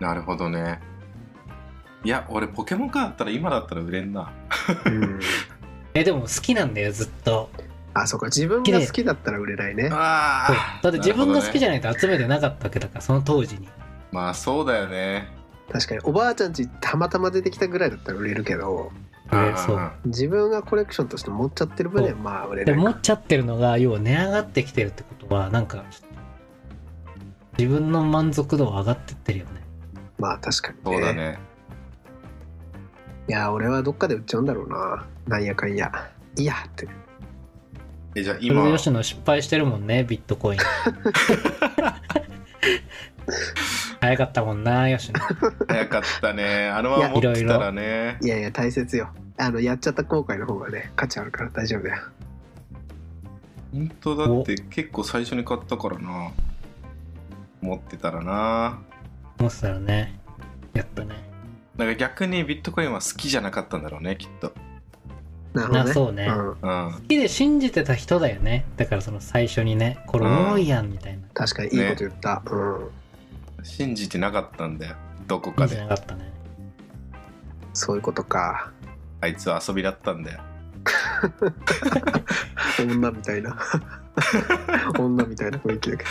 [SPEAKER 2] う
[SPEAKER 3] なるほどね。いや、俺ポケモンカードだったら今だったら売れんな。
[SPEAKER 4] うん
[SPEAKER 2] えでも好きなんだよずっと
[SPEAKER 4] あそうか自分が好きだったら売れないね
[SPEAKER 2] そう
[SPEAKER 3] ああ。
[SPEAKER 2] だって自分が好きじ
[SPEAKER 3] ゃん、
[SPEAKER 2] ゃないと集めてなかったわけだからその当時に
[SPEAKER 3] まあそうだよね。
[SPEAKER 4] 確かにおばあちゃんちたまたま出てきたぐらいだったら売れるけど
[SPEAKER 2] 売れ
[SPEAKER 3] んんん
[SPEAKER 2] そう
[SPEAKER 4] 自分がコレクションとして持っちゃってる分にはまあ売れな
[SPEAKER 2] で
[SPEAKER 4] い
[SPEAKER 2] 持
[SPEAKER 4] か
[SPEAKER 2] っちゃってるのが要は値上がってきてるってことはなんか自分の満足度は上がってってるよね
[SPEAKER 4] まあ確かに
[SPEAKER 3] そうだね。
[SPEAKER 4] いや俺はどっかで売っちゃうんだろうななんやかんやいやって
[SPEAKER 3] え、じゃあ
[SPEAKER 2] それ
[SPEAKER 3] 今
[SPEAKER 2] で、吉野失敗してるもんねビット コイン早かったもんな吉野
[SPEAKER 3] 早かった ね。あのまま持ってたらね。
[SPEAKER 4] いやいや大切よあのやっちゃった後悔の方がね価値あるから大丈夫だよ
[SPEAKER 3] 本当だって結構最初に買ったからな。持ってたらな。
[SPEAKER 2] 思ってたらねやったね
[SPEAKER 3] なんか逆にビットコインは好きじゃなかったんだろうね、きっと。
[SPEAKER 4] なるほど
[SPEAKER 2] な
[SPEAKER 4] ね
[SPEAKER 2] そうね、
[SPEAKER 4] うん、
[SPEAKER 3] うん。
[SPEAKER 2] 好きで信じてた人だよねだからその最初にねこれおもろいやんみたいな
[SPEAKER 4] 確かにいいこと言った、うん
[SPEAKER 3] 信じてなかったんだよ。どこ
[SPEAKER 2] 感
[SPEAKER 3] か
[SPEAKER 2] じゃ
[SPEAKER 3] で。
[SPEAKER 2] なかったね
[SPEAKER 4] そういうことか
[SPEAKER 3] あいつは遊びだったんだよ。
[SPEAKER 4] 女みた いな女みたいな雰囲気だけ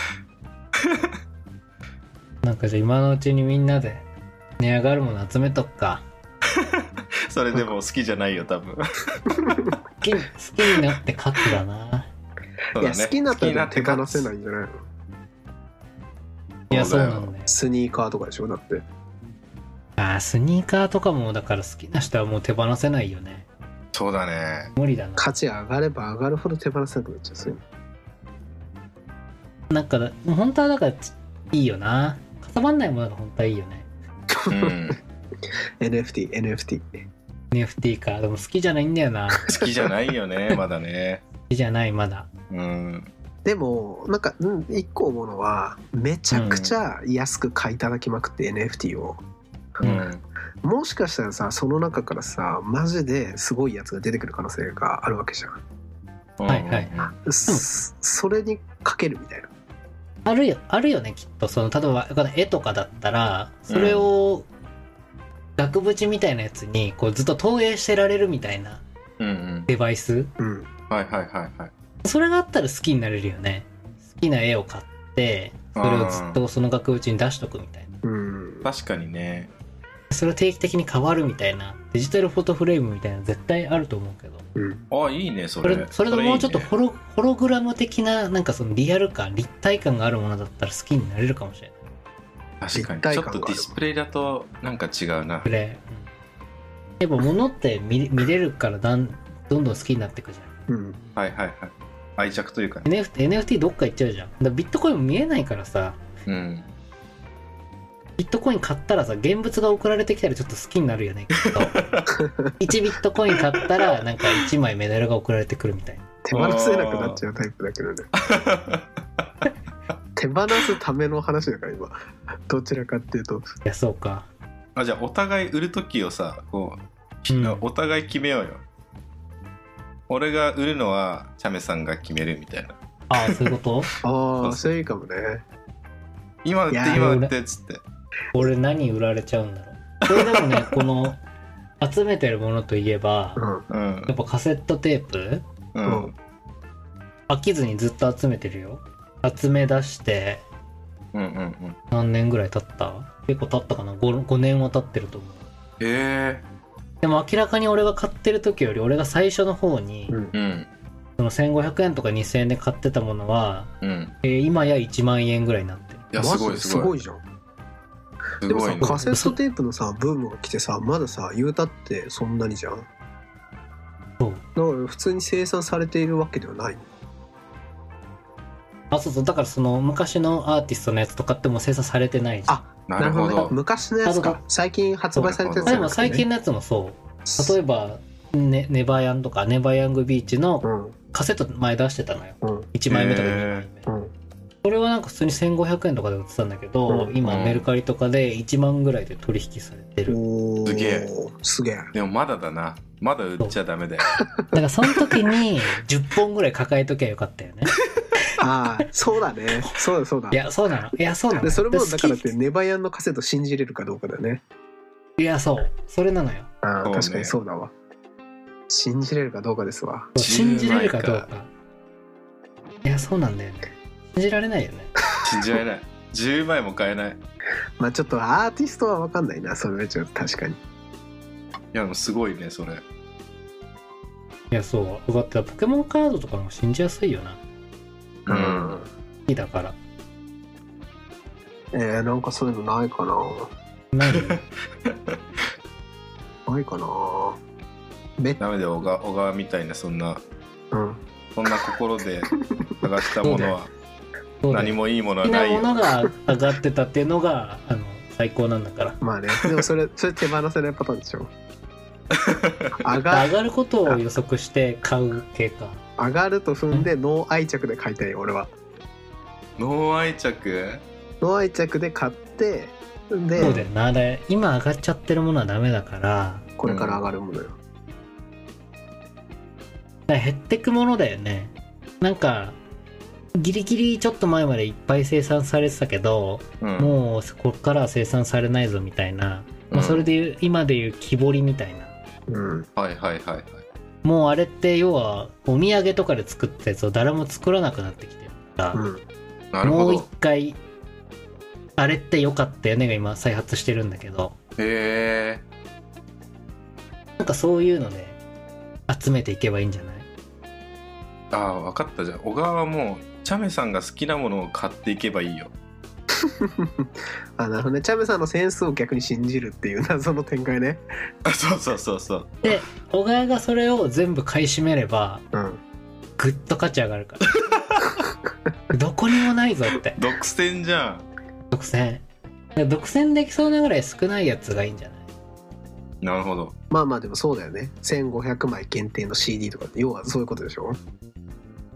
[SPEAKER 2] なんかじゃあ今のうちにみんなで値上がるもの集めとくか
[SPEAKER 3] それでも好きじゃないよ、多分。
[SPEAKER 2] 好き好きになって勝つだな
[SPEAKER 3] そ
[SPEAKER 4] ど、
[SPEAKER 3] うだ
[SPEAKER 4] いや
[SPEAKER 3] ね
[SPEAKER 4] 好きになったら手放せな
[SPEAKER 3] 好
[SPEAKER 4] いんじゃないの
[SPEAKER 2] いや
[SPEAKER 3] そ
[SPEAKER 2] そうう
[SPEAKER 3] だよ
[SPEAKER 2] なんだよ
[SPEAKER 4] スニーカーとかでしょだって
[SPEAKER 2] あースニーカーとかもだから好きな人はもう手放せないよね
[SPEAKER 3] そうだね。
[SPEAKER 2] 無理だな
[SPEAKER 4] 価値上がれば上がるほど手放せなくなっちゃうそういうの
[SPEAKER 2] なんか本当はだからちいいよなかさばんないものが本当はいいよね
[SPEAKER 3] うん。
[SPEAKER 4] NFT NFT
[SPEAKER 2] NFT かでも好きじゃないんだよな好
[SPEAKER 3] 好きじゃないよ ね、まだね。
[SPEAKER 2] きじゃないまだ
[SPEAKER 3] うん。
[SPEAKER 4] でもなんか、うん、一個思うのはめちゃくちゃ安く買いただきまくって NFT を、
[SPEAKER 3] う
[SPEAKER 2] うん
[SPEAKER 3] ん。
[SPEAKER 4] もしかしたらさその中からさマジですごいやつが出てくる可能性があるわけじゃん
[SPEAKER 2] はいはい
[SPEAKER 4] そそれにかけるみたいな
[SPEAKER 2] あるよあるよねきっとその例えばこの絵とかだったらそれを額縁みたいなやつにこうずっと投影してられるみたいな
[SPEAKER 3] うんうん
[SPEAKER 2] デバイス
[SPEAKER 4] うん
[SPEAKER 3] はいはいはいはい
[SPEAKER 2] それがあったら好きになれるよね好きな絵を買ってそれをずっとその額縁に出しとくみたいな
[SPEAKER 4] うん
[SPEAKER 3] 確かにね
[SPEAKER 2] それを定期的に変わるみたいなデジタルフォトフレームみたいなの絶対あると思うけど
[SPEAKER 4] うん
[SPEAKER 3] あいいねそ
[SPEAKER 2] そ
[SPEAKER 3] れ
[SPEAKER 2] れそれともうちょっと
[SPEAKER 3] いいね
[SPEAKER 2] ホロホログラム的ななんかそのリアル感立体感があるものだったら好きになれるかもしれない
[SPEAKER 3] 確かに
[SPEAKER 4] 立体
[SPEAKER 3] ちょ
[SPEAKER 4] 感
[SPEAKER 3] っ
[SPEAKER 4] があ
[SPEAKER 3] と
[SPEAKER 4] る
[SPEAKER 3] ディスプレイだとなんか違うな
[SPEAKER 2] これ、うん、やっぱ物って見見れるからだんどんどん好きになってくじゃ
[SPEAKER 4] うん
[SPEAKER 3] はいはいはい愛着というかね
[SPEAKER 2] ん NFT, NFT どっか行っちゃうじゃんだからビットコインも見えないからさ
[SPEAKER 3] うん
[SPEAKER 2] ビットコイン買ったらさ現物が送られてきたらちょっと好きになるよねきっと 1ビットコイン買ったらなんか1枚メダルが送られてくるみたいな
[SPEAKER 4] 手放せなくなっちゃうタイプだけどね手放すための話だから今どちらかっていうと
[SPEAKER 2] いやそうか
[SPEAKER 3] あじゃあお互い売る時をさこう、
[SPEAKER 2] うん
[SPEAKER 3] お互い決めようよ俺が売るのはチャメさんが決めるみたいな
[SPEAKER 2] ああそういうこと
[SPEAKER 4] あ
[SPEAKER 3] そう
[SPEAKER 4] あ
[SPEAKER 3] そう
[SPEAKER 4] それいいかもね
[SPEAKER 3] 今売って
[SPEAKER 4] いや
[SPEAKER 3] 今売ってっつって
[SPEAKER 2] 俺何売られちゃうんだろうこれでも ねこの集めてるものといえば
[SPEAKER 4] うん
[SPEAKER 3] うん
[SPEAKER 2] やっぱカセットテープ
[SPEAKER 3] うん
[SPEAKER 2] 飽きずにずっと集めてるよ集め出して
[SPEAKER 3] うんうんうん
[SPEAKER 2] 何年ぐらい経った結構経ったかな 5, 5年は経ってると思う
[SPEAKER 3] へ
[SPEAKER 2] でも明らかに俺が買ってる時より俺が最初の方に、
[SPEAKER 4] うん
[SPEAKER 3] えうん
[SPEAKER 2] その1500円とか2000円で買ってたものは、
[SPEAKER 3] うん
[SPEAKER 2] えー今や1万円ぐらいになってる
[SPEAKER 3] いや
[SPEAKER 4] マ
[SPEAKER 3] す
[SPEAKER 4] ジ
[SPEAKER 3] ごい
[SPEAKER 4] ですす
[SPEAKER 3] ご
[SPEAKER 4] ご
[SPEAKER 3] い
[SPEAKER 4] いじゃん
[SPEAKER 3] す
[SPEAKER 4] でも
[SPEAKER 3] ご
[SPEAKER 4] さ
[SPEAKER 3] いね
[SPEAKER 4] カセットテープのさブームが来てさまださ言うたってそんなにじゃんだ
[SPEAKER 2] そう
[SPEAKER 4] から普通に生産されているわけではない
[SPEAKER 2] あそうそうだからその昔のアーティストのやつとかってもう生産されてないじゃん
[SPEAKER 4] あ
[SPEAKER 3] なるほど
[SPEAKER 4] 昔のやつ
[SPEAKER 2] あ
[SPEAKER 4] か
[SPEAKER 2] そ
[SPEAKER 4] 最近発売されたやつ
[SPEAKER 2] で
[SPEAKER 4] じゃ
[SPEAKER 2] も
[SPEAKER 4] なくてね
[SPEAKER 2] 最近のやつもそう例えば、ね、ネバヤンとかネバヤングビーチの
[SPEAKER 4] うん
[SPEAKER 2] カセット前出してたのよ
[SPEAKER 4] うん
[SPEAKER 2] 1枚目とか2枚目、
[SPEAKER 3] へ
[SPEAKER 4] うん
[SPEAKER 2] それはなんか普通に1500円とかで売ってたんだけど、
[SPEAKER 4] うん
[SPEAKER 2] 今
[SPEAKER 3] うん
[SPEAKER 2] メルカリとかで1万ぐらいで取引されてる、
[SPEAKER 4] おー
[SPEAKER 3] すげえ
[SPEAKER 4] すげえ
[SPEAKER 3] でもまだだなまだ売っちゃダメだよ
[SPEAKER 2] だからその時に10本ぐらい抱えときゃよかったよね
[SPEAKER 4] ああそうだねそうだそうだ
[SPEAKER 2] いやそうなのいやそうなの
[SPEAKER 4] でそれもだからっ
[SPEAKER 2] 好
[SPEAKER 4] てネバヤンのカセット信じれるかどうかだよね
[SPEAKER 2] きいやそうそれなのよ
[SPEAKER 4] ああ
[SPEAKER 3] そうね
[SPEAKER 4] 確かにそうだわ信じれるかどうかですわ
[SPEAKER 2] 信じれるかどう
[SPEAKER 3] 10枚
[SPEAKER 2] かいやそうなんだよね信じられないよね
[SPEAKER 3] 信じられない10枚も買えないい
[SPEAKER 4] まあちょっとアーティストは分かんないなそれはちょっと確かに
[SPEAKER 3] やでもすごいねそれ
[SPEAKER 2] いやそうよかったポケモンカードとかも信じやすいよな好
[SPEAKER 3] うん
[SPEAKER 2] きだから
[SPEAKER 4] えー、なんかそういうのないか
[SPEAKER 2] な
[SPEAKER 4] な
[SPEAKER 2] い
[SPEAKER 4] ないかなめっ
[SPEAKER 3] ダメだよ小川小川みたいなそんな
[SPEAKER 4] うん
[SPEAKER 3] そんな心で探したものは
[SPEAKER 2] そうだ
[SPEAKER 3] 何
[SPEAKER 2] よ
[SPEAKER 3] もいいもの
[SPEAKER 2] 好き
[SPEAKER 3] は
[SPEAKER 2] な
[SPEAKER 3] ない
[SPEAKER 2] も
[SPEAKER 3] よ
[SPEAKER 2] のが上がってたっていうのがあの最高なんだから
[SPEAKER 4] まあねでもそれそれ手放せないパターンでしょ上が
[SPEAKER 2] 上 がることを予測して買う系か
[SPEAKER 4] 上がると踏んでノー愛着で買いたいよ俺は
[SPEAKER 3] ノー愛着
[SPEAKER 4] ノー愛着で買ってで
[SPEAKER 2] そうだよなあれ今上がっちゃってるものはダメだから
[SPEAKER 4] これから上がるものよ、
[SPEAKER 2] だから減ってくものだよねなんかギリギリちょっと前までいっぱい生産されてたけど
[SPEAKER 3] うん
[SPEAKER 2] もうこっからは生産されないぞみたいな、まあ、それでいう今でいう木彫りみたいな
[SPEAKER 4] うん、
[SPEAKER 3] うんはいはいはいはい
[SPEAKER 2] もうあれって要はお土産とかで作ったやつを誰も作らなくなってきてるか
[SPEAKER 4] うん、
[SPEAKER 3] な
[SPEAKER 2] ら、
[SPEAKER 3] るほ
[SPEAKER 2] もう
[SPEAKER 3] ど
[SPEAKER 2] 一回あれって良かったよねが今再発してるんだけど
[SPEAKER 3] へえ
[SPEAKER 2] なんかそういうので集めていけばいいんじゃない
[SPEAKER 3] ああ分かったじゃん小川はもうチャメさんが好きなものを買っていけばいいよ
[SPEAKER 4] あなるほどねチャメさんのセンスを逆に信じるっていう謎の展開ね
[SPEAKER 3] あそうそうそうそう
[SPEAKER 2] 小川がそれを全部買い占めれば
[SPEAKER 4] うん
[SPEAKER 2] ぐっと価値上がるから どこにもないぞって
[SPEAKER 3] 独占じゃん
[SPEAKER 2] 独占で独占できそうなぐらい少ないやつがいいんじゃない
[SPEAKER 3] なるほど
[SPEAKER 4] まあまあでもそうだよね1500枚限定の CD とか要はそういうことでしょ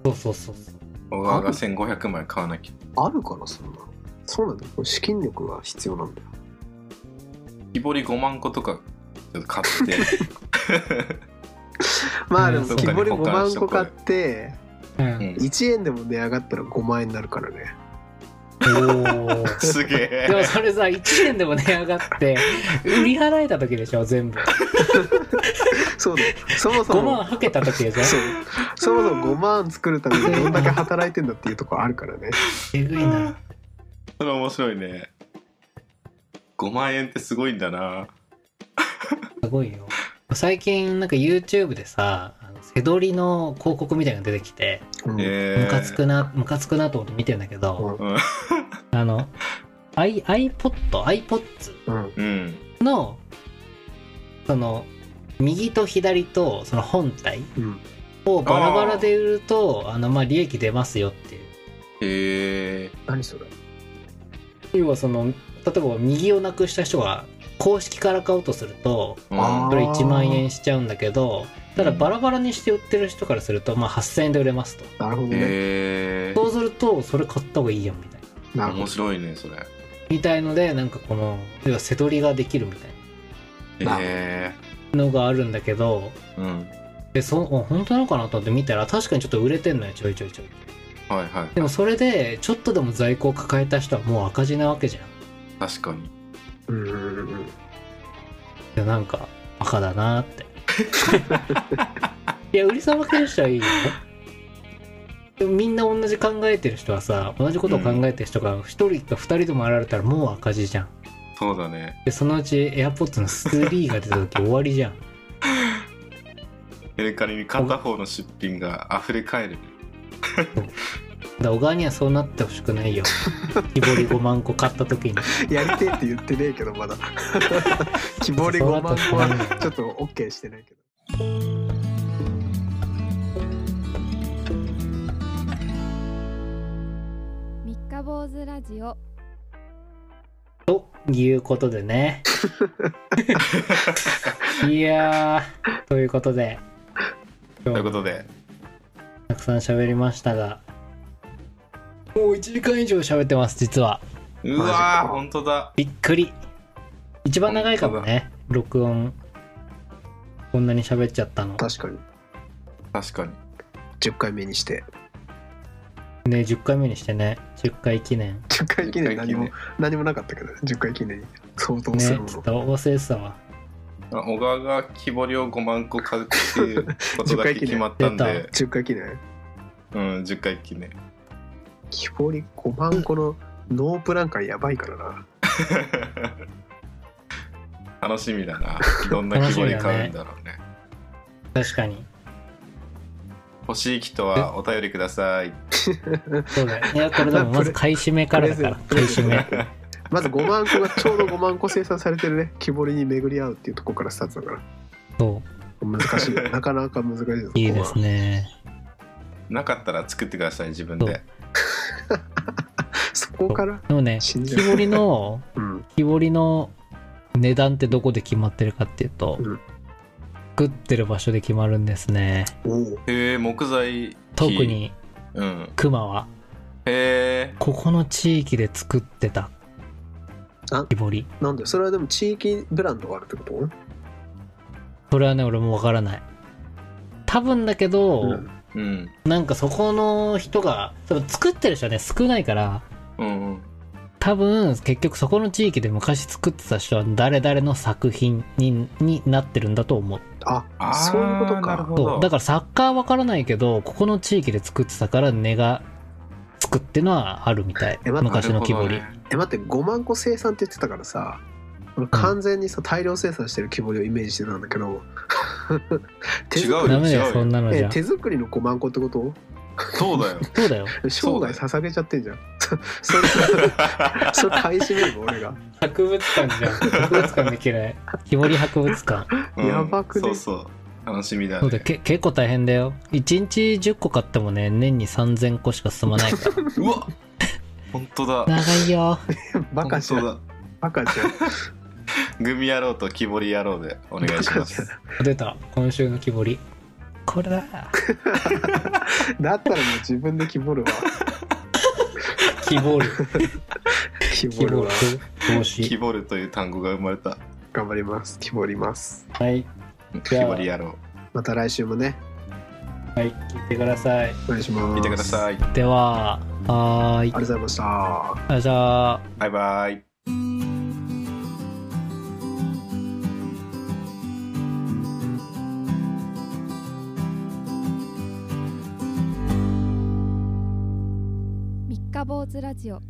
[SPEAKER 2] そうそうそうそう
[SPEAKER 3] 小川が1500枚買わなきゃ
[SPEAKER 4] あるからそんなのそうなんだよこれ資金力が必要なんだよ
[SPEAKER 3] 木彫り5万個とかちょっと買って
[SPEAKER 4] まあでも
[SPEAKER 2] うん
[SPEAKER 4] 木彫り
[SPEAKER 3] そう
[SPEAKER 4] 5
[SPEAKER 3] かね
[SPEAKER 4] 万個買って
[SPEAKER 2] う
[SPEAKER 3] うん
[SPEAKER 2] ん
[SPEAKER 4] 1円でも値上がったら5万円になるからね
[SPEAKER 2] おー
[SPEAKER 3] すげ
[SPEAKER 2] でも
[SPEAKER 3] え
[SPEAKER 2] それさ1年でも値上がって売り払えた時でしょ全部
[SPEAKER 4] そうだよそもそ
[SPEAKER 2] 5
[SPEAKER 4] も
[SPEAKER 2] 万はけた時でしょ
[SPEAKER 4] そうそもそも5万作るためにどんだけ働いてんだっていうところあるからね
[SPEAKER 2] えぐいな
[SPEAKER 3] それ面白いね5万円ってすごいんだな
[SPEAKER 2] すごいよ最近なんか YouTube でさあの背取りの広告みたいなのが出てきて
[SPEAKER 4] うん
[SPEAKER 3] えー
[SPEAKER 2] ムカつくなムカつくなと思って見てんだけど、
[SPEAKER 3] うん
[SPEAKER 2] あの i- iPodiPods
[SPEAKER 4] うん
[SPEAKER 3] うん
[SPEAKER 2] のその右と左とその本体
[SPEAKER 4] うん
[SPEAKER 2] をバラバラで売るとあのまあ利益出ますよっていう
[SPEAKER 3] へえ
[SPEAKER 4] 何それ
[SPEAKER 2] 要はその例えば右をなくした人が公式から買おうとすると
[SPEAKER 4] あ
[SPEAKER 2] これ1万円しちゃうんだけどただバラバラにして売ってる人からすると、まあ、8000円で売れますと
[SPEAKER 4] なるほどね
[SPEAKER 3] へえ
[SPEAKER 2] そうするとそれ買った方がいいよみたいな
[SPEAKER 4] なるほ
[SPEAKER 3] 面
[SPEAKER 4] ど
[SPEAKER 3] 白いねそれ
[SPEAKER 2] みたいのでなんかこの要は背取りができるみたい
[SPEAKER 4] なあ
[SPEAKER 3] へえ
[SPEAKER 2] なのがあるんだけど
[SPEAKER 3] うん
[SPEAKER 2] でそあ本当なのかなと思って見たら確かにちょっと売れてんのよちょいちょいちょい
[SPEAKER 3] はいはい
[SPEAKER 2] でもそれでちょっとでも在庫を抱えた人はもう赤字なわけじゃん
[SPEAKER 3] 確かに
[SPEAKER 4] うんうんうんうん
[SPEAKER 2] でなんか赤だなーっていや売りさばける人はいいよでもみんな同じ考えてる人はさ同じことを考えてる人が1人か2人でも現れたらもう赤字じゃん
[SPEAKER 3] そうだね
[SPEAKER 2] でそのうち AirPods の3が出た時終わりじゃん
[SPEAKER 3] メルカリに片方の出品が溢れ返る
[SPEAKER 2] だから小川にはそうなってほしく ないよ木彫り5万個買った時に
[SPEAKER 4] やりてえって言ってねえけどまだ木彫り5万個はちょっと OK してないけど
[SPEAKER 1] 三日坊主ラジオ
[SPEAKER 2] ということで ねいやーということで
[SPEAKER 3] ということで
[SPEAKER 2] たくさん喋りましたがもう1時間以上喋ってます実は
[SPEAKER 3] うわー本当だ
[SPEAKER 2] びっくり一番長いかもね録音こんなに喋っちゃったの
[SPEAKER 4] 確かに
[SPEAKER 3] 確かに
[SPEAKER 4] 10回目にして
[SPEAKER 2] ね10回目にしてね10回記念
[SPEAKER 4] 10回記念何も
[SPEAKER 3] ね
[SPEAKER 4] 何もなかったけど10回記念に相当す
[SPEAKER 2] ね
[SPEAKER 4] るも
[SPEAKER 2] ちょ
[SPEAKER 4] の
[SPEAKER 2] っと忘れてたわ
[SPEAKER 3] あ小川が木彫りを5万個買うっていう ことだ
[SPEAKER 4] 10回
[SPEAKER 3] け
[SPEAKER 4] 記念
[SPEAKER 3] 決まったんで、
[SPEAKER 4] 10回記念
[SPEAKER 3] うん、10回記念。
[SPEAKER 4] 木彫り5万個のノープラン感やばいからな
[SPEAKER 3] 楽しみだな。どんな木彫り買うんだろうね。
[SPEAKER 2] 確かに
[SPEAKER 3] 欲しい人はお便りください。
[SPEAKER 2] そうだよいやこれでもまず買い占めからだから
[SPEAKER 4] プ
[SPEAKER 2] 買い
[SPEAKER 4] レゼ
[SPEAKER 2] 占
[SPEAKER 4] ン
[SPEAKER 2] め
[SPEAKER 4] まず5万個がちょうど5万個生産されてるね 木彫りに巡り合うっていうところからスタートだから
[SPEAKER 2] そ
[SPEAKER 4] 難 しいなかなか難しいです
[SPEAKER 2] ういいですね
[SPEAKER 3] なかったら作ってください、自分で。
[SPEAKER 4] そこから
[SPEAKER 2] でも ね
[SPEAKER 4] 信じ
[SPEAKER 2] 木
[SPEAKER 4] ら
[SPEAKER 2] 彫り
[SPEAKER 4] れない
[SPEAKER 2] の
[SPEAKER 4] うん
[SPEAKER 2] 木彫りの値段ってどこで決まってるかっていうと、
[SPEAKER 4] うん
[SPEAKER 2] 作ってる場所で決まるんですね
[SPEAKER 4] おお
[SPEAKER 3] へえ、木材。
[SPEAKER 2] 特。に
[SPEAKER 3] うん。
[SPEAKER 2] 熊は
[SPEAKER 3] へえ、
[SPEAKER 2] ここの地域で作ってた
[SPEAKER 4] あ
[SPEAKER 2] 木彫り
[SPEAKER 4] なんでそれはでも地域ブランドがあるってこと
[SPEAKER 2] それはね俺もわからない多分だけど、
[SPEAKER 4] うん
[SPEAKER 3] うん。
[SPEAKER 2] なんかそこの人が多分作ってる人はね少ないから
[SPEAKER 3] うんうん。
[SPEAKER 2] 多分結局そこの地域で昔作ってた人は誰々の作品にになってるんだと思う
[SPEAKER 4] あ
[SPEAKER 3] あー
[SPEAKER 4] そういうこと
[SPEAKER 3] なるほど
[SPEAKER 4] か
[SPEAKER 2] そうだからサッカーわからないけどここの地域で作ってたから根がつくってのはあるみたい
[SPEAKER 4] え待って
[SPEAKER 2] 昔の木彫り、
[SPEAKER 3] なるほどね
[SPEAKER 4] え待って5万個生産って言ってたからさ俺完全にさ大量生産してる木彫りをイメージしてたんだけど手作
[SPEAKER 3] 違う
[SPEAKER 4] り
[SPEAKER 2] ダメだよ
[SPEAKER 3] 違うよ
[SPEAKER 2] そんなのじ
[SPEAKER 4] え
[SPEAKER 2] ゃ
[SPEAKER 4] 手作りの5万個ってこと
[SPEAKER 3] そうだよ。
[SPEAKER 2] そうだよ
[SPEAKER 4] 生涯捧げちゃってんじゃんそれ それ買い占めるの俺が
[SPEAKER 2] 博物館じゃん博物館できない木彫り博物館
[SPEAKER 3] うん
[SPEAKER 4] やばくね
[SPEAKER 3] そうそう。楽しみだ
[SPEAKER 2] そうだよ
[SPEAKER 3] ね。
[SPEAKER 2] け結構大変だよ1日10個買ってもね年に3000個しか進まないか
[SPEAKER 3] うわ本当だ。
[SPEAKER 2] ら長いよ
[SPEAKER 4] バカじゃ
[SPEAKER 3] 本
[SPEAKER 4] ん
[SPEAKER 3] 当だ。
[SPEAKER 4] バカじゃん
[SPEAKER 3] グミ野郎と木彫り野郎でお願いします。
[SPEAKER 2] 出た今週の木彫りこれだ
[SPEAKER 4] だったらもう自分で木彫るわ
[SPEAKER 2] 木彫り
[SPEAKER 4] 木
[SPEAKER 2] 木
[SPEAKER 4] 彫る
[SPEAKER 2] 彫
[SPEAKER 4] わ
[SPEAKER 2] り帽
[SPEAKER 3] 木
[SPEAKER 2] 子
[SPEAKER 3] 彫るという単語が生まれた。
[SPEAKER 4] 頑張ります木彫ります
[SPEAKER 2] はい
[SPEAKER 3] 木彫り野郎。
[SPEAKER 4] また来週もね
[SPEAKER 2] はい聞いてください
[SPEAKER 4] お願いします
[SPEAKER 3] 見てください。
[SPEAKER 2] でははーい
[SPEAKER 4] ありがとうございました。
[SPEAKER 2] あじゃあ
[SPEAKER 3] バイバイ。
[SPEAKER 1] 三日坊主ラジオ